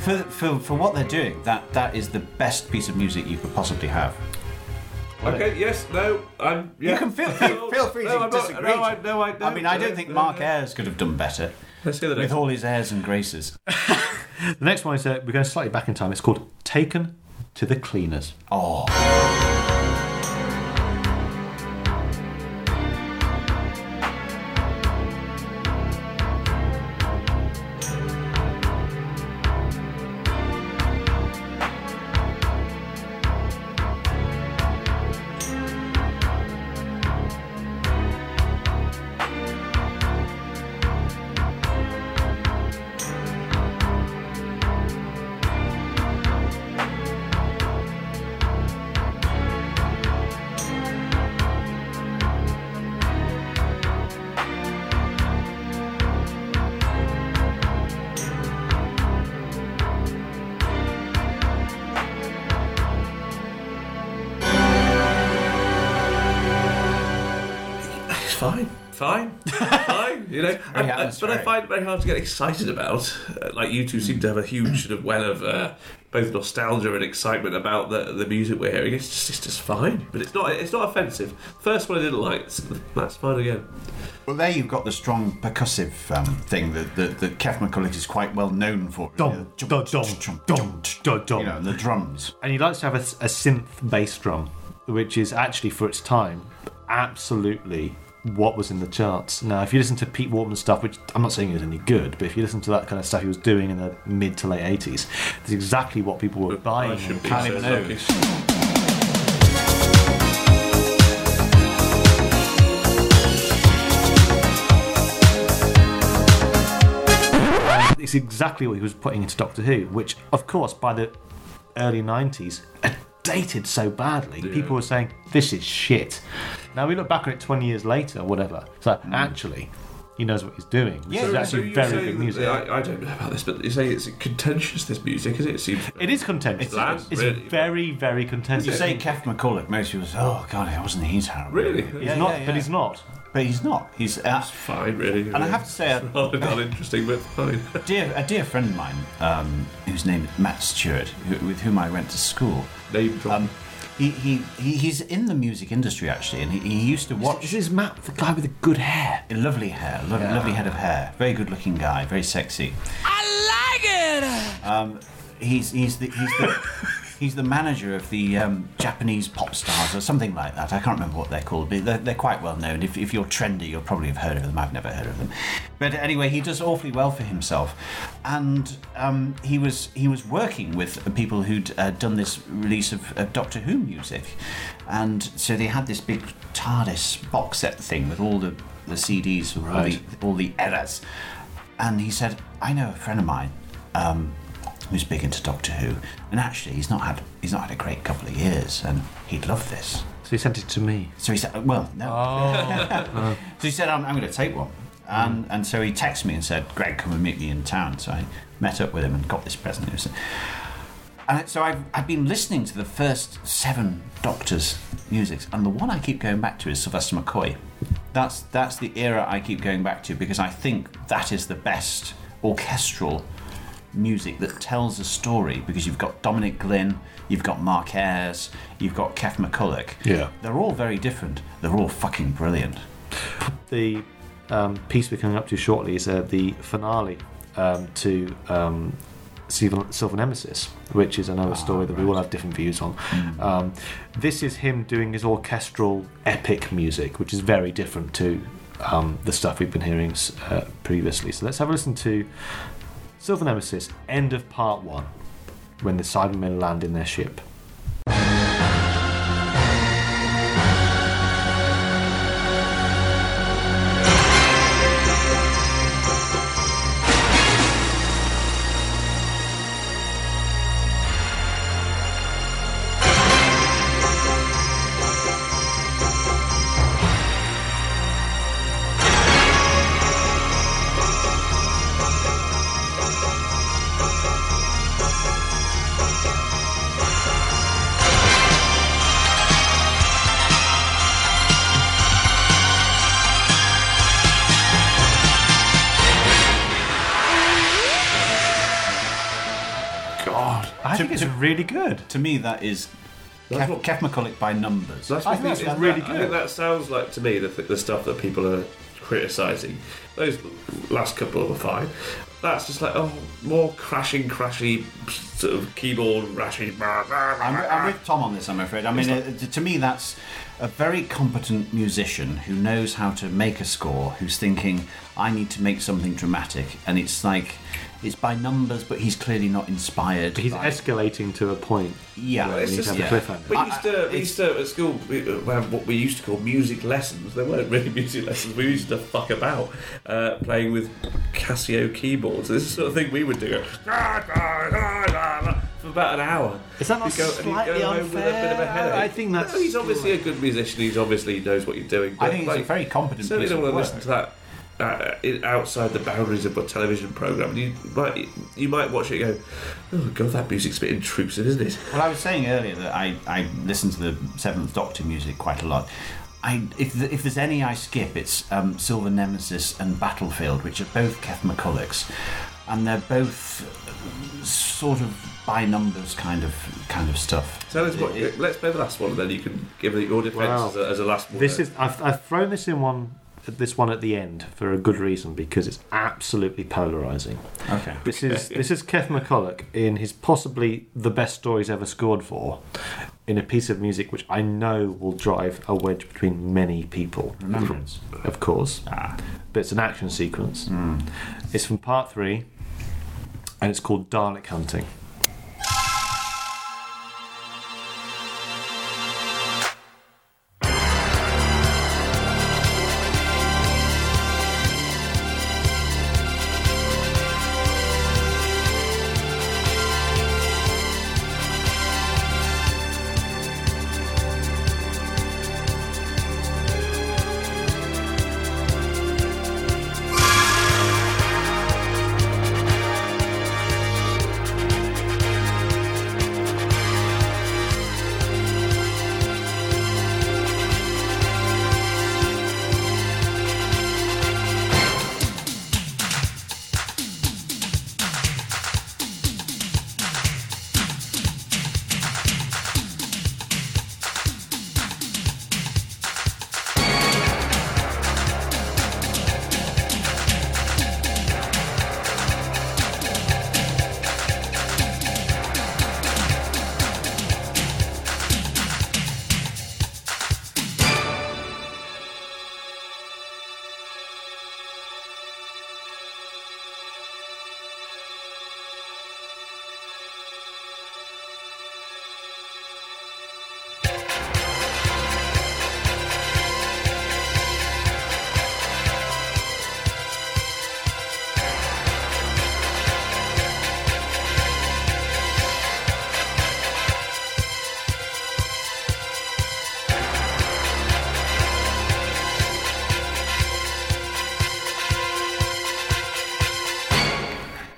Speaker 2: for, for, for what they're doing, that, that is the best piece of music you could possibly have.
Speaker 4: Okay. Yes. No. I'm. Yeah.
Speaker 2: You can feel, feel, feel free
Speaker 4: No,
Speaker 2: to
Speaker 4: I'm not-
Speaker 2: disagree.
Speaker 4: no, I- no, I don't.
Speaker 2: mean, I don't think
Speaker 4: No,
Speaker 2: Mark
Speaker 4: no.
Speaker 2: Ayres could have done better.
Speaker 4: Let's hear the
Speaker 2: With all his airs and graces.
Speaker 3: The next one is uh, we're going slightly back in time. It's called "Taken to the Cleaners."
Speaker 2: Oh.
Speaker 14: like
Speaker 4: fine. Fine, fine, you know. I- I- but I find it very hard to get excited about. Uh, like you two seem to have a huge sort of well of uh, both nostalgia and excitement about the the music we're hearing. It's just it's just fine, but it's not it's not offensive. First one I didn't like. it's- That's fine again.
Speaker 2: Well, there you've got the strong percussive um, thing that, that, that Kev McCulloch is quite well known for. Dum, dum, dum, dum,
Speaker 3: dum, dum. You know,
Speaker 2: the drums.
Speaker 3: And he likes to have a, a synth bass drum, which is actually, for its time, absolutely what was in the charts. Now, if you listen to Pete Wartman's stuff, which I'm not saying is any good, but if you listen to that kind of stuff he was doing in the mid to late 80s, it's exactly what people were buying.
Speaker 4: I should
Speaker 3: and
Speaker 4: be
Speaker 3: can't
Speaker 4: so
Speaker 3: even know.
Speaker 4: lucky.
Speaker 3: It's exactly what he was putting into Doctor Who, which, of course, by the early 90s, had dated so badly. People were saying, this is shit. Now we look back on it 20 years later, or whatever. It's like, actually, he knows what he's doing. This is actually
Speaker 4: you're
Speaker 3: very
Speaker 4: saying
Speaker 3: good
Speaker 4: that-
Speaker 3: music.
Speaker 4: I, I don't know about this, but you say it's contentious. This music, is it? It seems
Speaker 3: it is contentious.
Speaker 4: Bland,
Speaker 3: it's
Speaker 4: really.
Speaker 3: very, very contentious.
Speaker 2: You say Kev McCulloch, most people say, oh, God, it wasn't he's terrible.
Speaker 4: Really?
Speaker 2: He's
Speaker 4: Yeah,
Speaker 2: not,
Speaker 4: yeah, yeah.
Speaker 2: but
Speaker 3: he's not.
Speaker 2: But he's not. He's, uh,
Speaker 4: fine, really.
Speaker 2: And I have to
Speaker 3: uh,
Speaker 2: say,
Speaker 4: it's rather not interesting, but fine.
Speaker 2: dear, a dear friend of mine, um, whose name is Matt Stewart, who, with whom I went to school.
Speaker 4: Name drop.
Speaker 2: Um, he, he, he, he's in the music industry actually, and he, he used to watch. This
Speaker 3: is Matt, the guy with the good hair,
Speaker 2: lovely hair, lo-
Speaker 15: Yeah.
Speaker 2: lovely head of hair, very good-looking guy, very sexy.
Speaker 7: I
Speaker 2: Um, he's he's the he's the he's the manager of the um, Japanese pop stars or something like that. I can't remember what they're called, but they're, they're quite well known. If, if you're trendy, you'll probably have heard of them. I've never heard of them, but anyway, he does awfully well for himself, and um, he was he was working with people who'd uh, done this release of, of Doctor Who music, and so they had this big TARDIS box set thing with all the the CDs with all the all the eras. And he said, I know a friend of mine um, who's big into Doctor Who, and actually he's not had he's not had a great couple of years, and he'd love this.
Speaker 3: So he sent it to me.
Speaker 2: So he said, well, no.
Speaker 3: Oh.
Speaker 2: so he said, I'm, I'm going to take one. And, and so he texted me and said, Greg, come and meet me in town. So I met up with him and got this present. It was- And so I've, I've been listening to the first seven Doctors' musics, and the one I keep going back to is Sylvester McCoy. That's, that's the era I keep going back to because I think that is the best orchestral music that tells a story because you've got Dominic Glynn, you've got Mark Ayres, you've got Kev McCulloch.
Speaker 3: Yeah.
Speaker 2: They're all very different. They're all fucking brilliant.
Speaker 3: the um, piece we're coming up to shortly is uh, the finale um, to um, Sylvan, Sylvan Nemesis, which is another story that we all have different views on. Um, this is him doing his orchestral epic music, which is very different to um, the stuff we've been hearing uh, previously. So let's have a listen to Sylvan Nemesis, end of part one, when the Cybermen land in their ship.
Speaker 4: God,
Speaker 3: I think it's really good.
Speaker 2: To me, that is Kev, Kev McCulloch by numbers.
Speaker 4: That's what people- I think that sounds like to me the, th- the stuff that people are criticising. Those last couple were fine. That's just like oh, more crashing, crashy sort of keyboard rashy.
Speaker 2: I'm, I'm with Tom on this, I'm afraid. I mean,
Speaker 4: It's
Speaker 2: uh, to me, that's a very competent musician who knows how to make a score, who's thinking, I need to make something dramatic. And it's like, it's by numbers, but he's clearly not inspired.
Speaker 3: He's
Speaker 2: by-
Speaker 3: escalating to a point.
Speaker 2: Yeah.
Speaker 3: where
Speaker 2: Well, it's
Speaker 3: we need to
Speaker 2: just-
Speaker 3: have
Speaker 2: yeah.
Speaker 3: a cliffhanger.
Speaker 4: We used to, we used to at school we, uh, we have what we used to call music lessons. There weren't really music lessons. We used to fuck about uh, playing with Casio keyboards. This is the sort of thing we would do for about an hour.
Speaker 3: Is that not
Speaker 4: You'd go- and you'd go
Speaker 3: slightly
Speaker 4: home with a bit of a
Speaker 3: unfair?
Speaker 4: headache.
Speaker 3: I think that's
Speaker 4: No, he's obviously a good musician. He's obviously knows what you're doing.
Speaker 2: I think he's a very competent
Speaker 4: Certainly
Speaker 2: piece
Speaker 4: don't
Speaker 2: of
Speaker 4: want to listen to that. Uh, in- outside the boundaries of a television program, you might you might watch it and go, oh god, that music's a bit intrusive, isn't it?
Speaker 2: Well, I was saying earlier that I, I listen to the Seventh Doctor music quite a lot. I, if, th if there's any I skip, it's um, Silver Nemesis and Battlefield, which are both Keth McCulloch's, and they're both uh, sort of by numbers kind of kind of stuff.
Speaker 4: Tell us what. let's play the last one, and then you can give it your defence
Speaker 3: Wow.
Speaker 4: as, a, as a last one.
Speaker 3: This is I've, I've thrown this in one this one at the end for a good reason because it's absolutely polarizing.
Speaker 2: Okay.
Speaker 3: This is this is Kev McCulloch in his possibly the best stories ever scored for in a piece of music which I know will drive a wedge between many people.
Speaker 2: Remembrance.
Speaker 3: Of course. But it's an action sequence. It's from part 3 and it's called Dalek Hunting.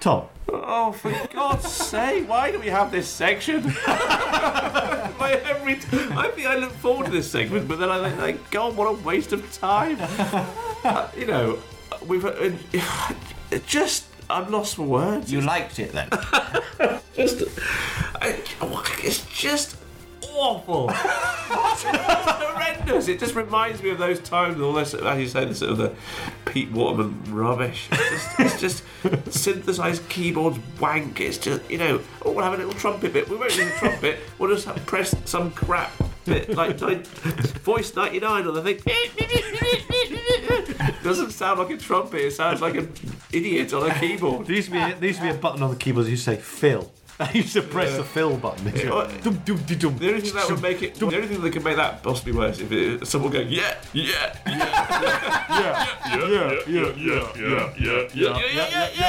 Speaker 3: Tom.
Speaker 4: Oh, for God's sake! Why do we have this section? My every t- I think I look forward to this segment, but then I think, like, God, what a waste of time. Uh, you know, we've uh, it just I'm lost for words. You
Speaker 2: liked it then?
Speaker 4: just, I, it's just awful. horrendous. It just reminds me of those times, and all this, as you say, the sort of the Pete Waterman rubbish. It's just, it's just synthesized keyboards wank. It's just, you know, oh, we'll have a little trumpet bit. We won't need a trumpet. We'll just have, press some crap bit, like, like Voice 99 or the thing. Doesn't sound like a trumpet. It sounds like an idiot on a keyboard.
Speaker 3: There used to be a, there used to be a button on the keyboard that used to say fill. I used to press the fill button.
Speaker 4: Yeah. The only thing that would make it, the only thing that could make that possibly worse if it, someone going, yeah, yeah, yeah, yeah, yeah, yeah, yeah, yeah, yeah, yeah, yeah, yeah, yeah, yeah,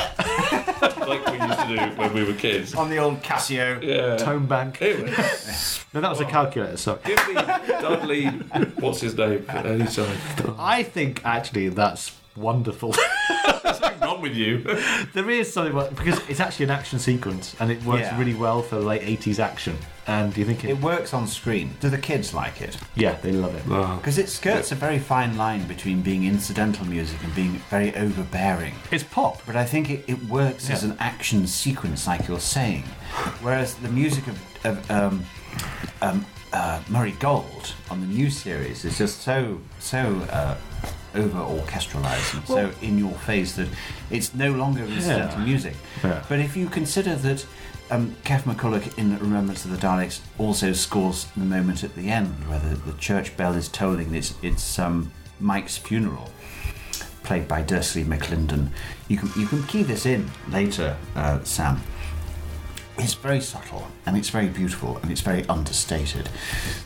Speaker 4: yeah, like we used to do when we were kids.
Speaker 2: On the old Casio
Speaker 3: tone bank. no, that was a calculator. Sorry.
Speaker 4: Give me Dudley, what's his name? At any time.
Speaker 3: I think actually that's wonderful.
Speaker 4: What's wrong with you?
Speaker 3: there is something about- because it's actually an action sequence and it works
Speaker 2: Yeah.
Speaker 3: really well for late eighties action. And do you think it,
Speaker 2: It works on screen. Do the kids like it?
Speaker 3: Yeah, they love it.
Speaker 2: Because it skirts a very fine line between being incidental music and being very overbearing.
Speaker 3: It's pop.
Speaker 2: But I think it, it works as
Speaker 3: Yeah.
Speaker 2: an action sequence, like you're saying. Whereas the music of, of um, um, uh, Murray Gold on the new series is just so, so. Uh, over orchestralized and
Speaker 10: Well-
Speaker 2: so in your face that it's no longer incidental
Speaker 10: Yeah.
Speaker 2: music.
Speaker 10: Yeah.
Speaker 2: But if you consider that um, Kev McCulloch in Remembrance of the Daleks also scores the moment at the end where the, the church bell is tolling, it's, it's um, Mike's funeral, played by Dursley McClendon. You can, you can key this in later, uh, Sam. It's very subtle and it's very beautiful and it's very understated.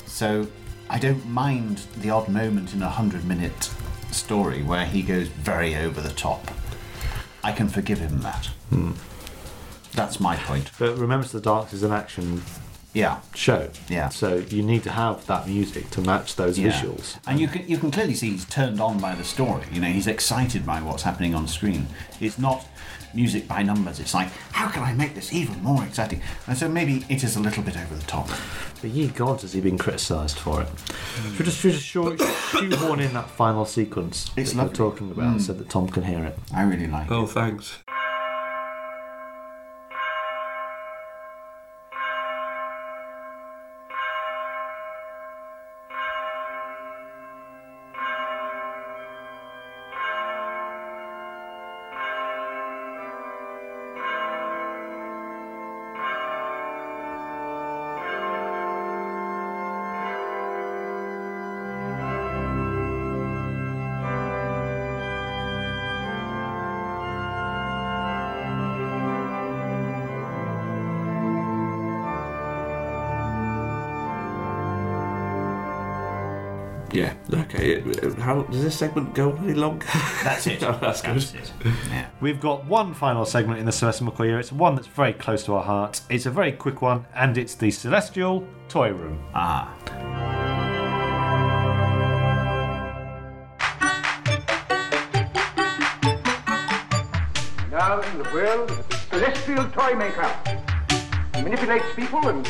Speaker 2: So I don't mind the odd moment in a 100 minute story where he goes very over the top. I can forgive him that. That's my point.
Speaker 3: But Remembrance of the Darks is an action
Speaker 2: yeah
Speaker 3: show.
Speaker 2: Yeah.
Speaker 3: So you need to have that music to match those
Speaker 2: Yeah.
Speaker 3: visuals.
Speaker 2: And you can you can clearly see he's turned on by the story. You know, he's excited by what's happening on screen. It's not music by numbers. It's like, how can I make this even more exciting? And so maybe it is a little bit over the top.
Speaker 3: But ye gods, has he been criticised for it? Should we just, should we just show, shoehorn in that final sequence it's that you're talking about
Speaker 2: Mm.
Speaker 3: so that Tom can hear it?
Speaker 2: I really like
Speaker 4: Oh, thanks. Yeah. Okay. it- it- How does this segment go any longer? That's it. that's good.
Speaker 3: We've got one final segment in the Celestial McCoy year. It's one that's very close to our hearts. It's a very quick one, and it's the Celestial Toy Room.
Speaker 2: Ah.
Speaker 16: Now in the world of the celestial toy maker. He manipulates people and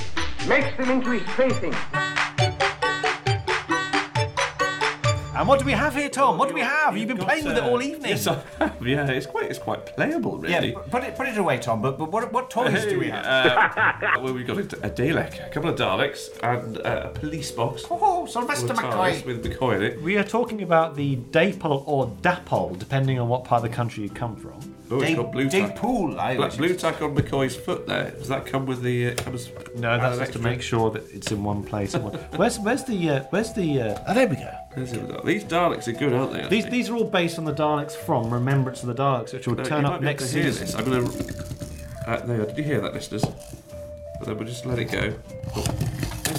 Speaker 16: makes them into his playthings.
Speaker 3: And what do we have here, Tom? What do we have? You've been playing with it all evening.
Speaker 4: uh, Yes, I have. Yeah, it's quite it's quite playable, really.
Speaker 9: Yeah, put it put it away, Tom. But but what what toys
Speaker 4: Hey,
Speaker 9: do we have?
Speaker 4: uh, well, we've got a, a Dalek, a couple of Daleks, and uh, a police box.
Speaker 9: Oh,
Speaker 4: with TARDIS With McCoy in it.
Speaker 3: We are talking about the Daypole or Dapole, depending on what part of the country you come from.
Speaker 4: Oh, it's got blue tack.
Speaker 2: Pool,
Speaker 4: Black blue tack on McCoy's foot there. Does that come with the? Uh, comes
Speaker 3: No, that's just to make sure that it's in one place. and one- where's where's the uh, where's the? Uh, oh, there we go.
Speaker 4: These Daleks are good, aren't they?
Speaker 3: These these are all based on the Daleks from Remembrance of the Daleks, which will
Speaker 4: No,
Speaker 3: turn
Speaker 4: you might
Speaker 3: up
Speaker 4: be able
Speaker 3: next
Speaker 4: to hear
Speaker 3: season.
Speaker 4: This. I'm gonna. Uh, there you are. Did you hear that, listeners? But then we'll just let it go.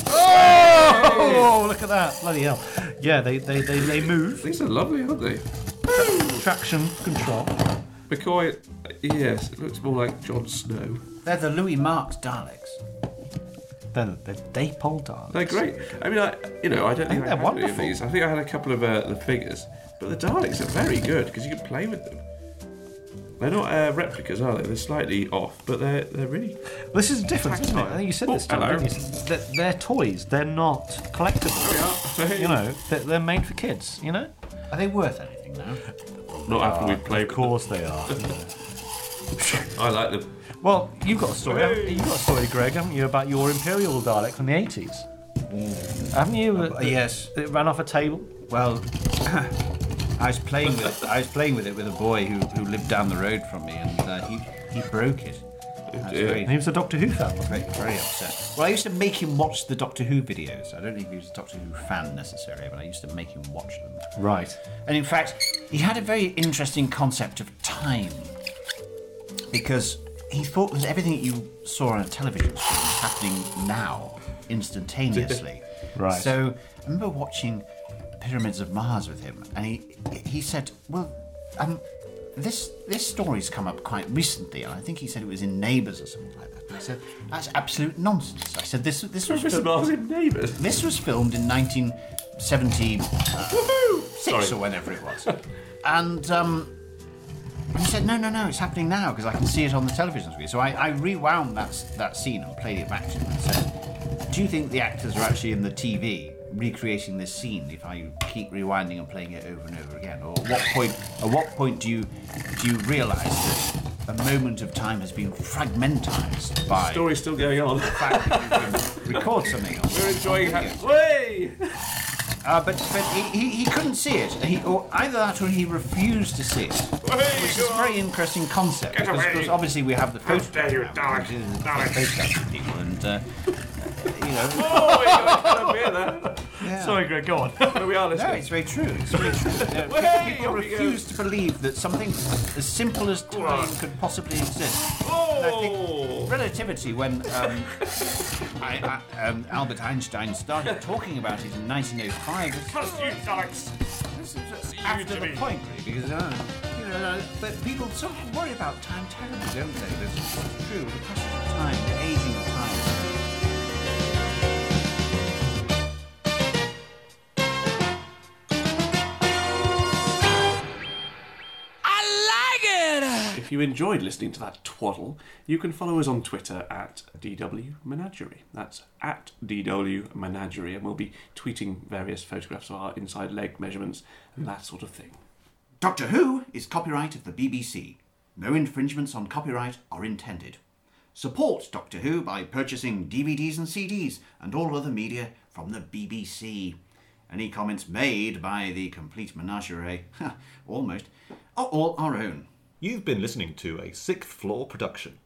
Speaker 3: Oh, look at that! Bloody hell! Yeah, they they, they, they move.
Speaker 4: These are lovely, aren't they?
Speaker 3: Traction control.
Speaker 4: McCoy, uh, yes, it looks more like Jon Snow.
Speaker 2: They're the Louis Marx Daleks.
Speaker 3: Then the Daypole Daleks.
Speaker 4: They're great. I mean, I you know I don't think,
Speaker 3: think
Speaker 4: I
Speaker 3: they're
Speaker 4: had
Speaker 3: wonderful.
Speaker 4: any of these. I think I had a couple of uh, the figures, but the Daleks are very good because you can play with them. They're not uh, replicas, are they? They're slightly off, but they're they're really.
Speaker 3: This is different, isn't it?
Speaker 4: Tactile.
Speaker 3: I think you said
Speaker 4: Oh,
Speaker 3: this time.
Speaker 4: hello.
Speaker 3: didn't you? They're, they're toys. They're not collectibles.
Speaker 4: Hey.
Speaker 3: You know, they're, they're made for kids. You know.
Speaker 2: Are they worth anything now?
Speaker 4: Not after
Speaker 3: Ah,
Speaker 4: we've played.
Speaker 3: Of course they are.
Speaker 4: I like them.
Speaker 3: Well, you've got a story. haven't- You've got a story, Greg, haven't you, about your Imperial Dalek from the 80s? Haven't you? Uh,
Speaker 2: yes.
Speaker 3: It ran off a table.
Speaker 2: Well, I was playing with it. I was playing with it with a boy who, who lived down the road from me, and uh, he he broke it. I was
Speaker 3: dear.
Speaker 2: very-
Speaker 3: He was a Doctor Who fan,
Speaker 2: very,
Speaker 3: wasn't
Speaker 2: very upset. Well, I used to make him watch the Doctor Who videos. I don't think he was a Doctor Who fan necessarily, but I used to make him watch them.
Speaker 3: Right.
Speaker 2: And in fact, he had a very interesting concept of time because he thought that everything that you saw on a television screen was happening now, instantaneously.
Speaker 3: Right.
Speaker 2: So I remember watching the Pyramids of Mars with him, and he he said, "Well, um, this this story's come up quite recently, and I think he said it was in Neighbours or something like that." And I said, "That's absolute nonsense." I said, "This this was
Speaker 4: Pyramids of Mars in Neighbours.
Speaker 2: This was filmed in 1976 or whenever it was." And um, he said, "No, no, no, it's happening now because I can see it on the television screen." So I, I rewound that s- that scene and played it back to him and said, "Do you think the actors are actually in the TV recreating this scene if I keep rewinding and playing it over and over again? Or at what point? At what point do you do you realise that a moment of time has been fragmentised by
Speaker 4: Story's still going on.
Speaker 2: record um, something?" on-
Speaker 4: We're enjoying.
Speaker 2: on
Speaker 4: Ha-
Speaker 2: video.
Speaker 4: Way.
Speaker 2: Uh, but but he, he, he couldn't see it. He, or either that or he refused to see it. which is a very interesting concept.
Speaker 9: Get
Speaker 2: Because,
Speaker 9: away.
Speaker 2: because obviously we have the
Speaker 9: How dare
Speaker 2: photographs
Speaker 9: you,
Speaker 2: now, which is- photographs of people and, uh, you know.
Speaker 4: Oh,
Speaker 3: Sorry, Greg, go on.
Speaker 4: we are
Speaker 2: No, it's very true. It's very true. Yeah,
Speaker 4: Way,
Speaker 2: people
Speaker 4: off you go.
Speaker 2: refuse to believe that something as simple as time could possibly exist. And I think relativity, when um, I, I, um, Albert Einstein started talking about it in 1905, was after the point, really, because uh, you know, uh, but people sort of worry about time terribly, don't they? That's it's true. The passage of time, the aging of time.
Speaker 14: I like it!
Speaker 4: If you enjoyed listening to that twaddle, you can follow us on Twitter at DW Menagerie. That's at DW Menagerie, and we'll be tweeting various photographs of our inside leg measurements and that sort of thing.
Speaker 2: Doctor Who is copyright of the BBC. No infringements on copyright are intended. Support Doctor Who by purchasing DVDs and CDs and all other media from the BBC. Any comments made by the complete menagerie, almost, are all our own.
Speaker 3: You've been listening to a sixth floor production.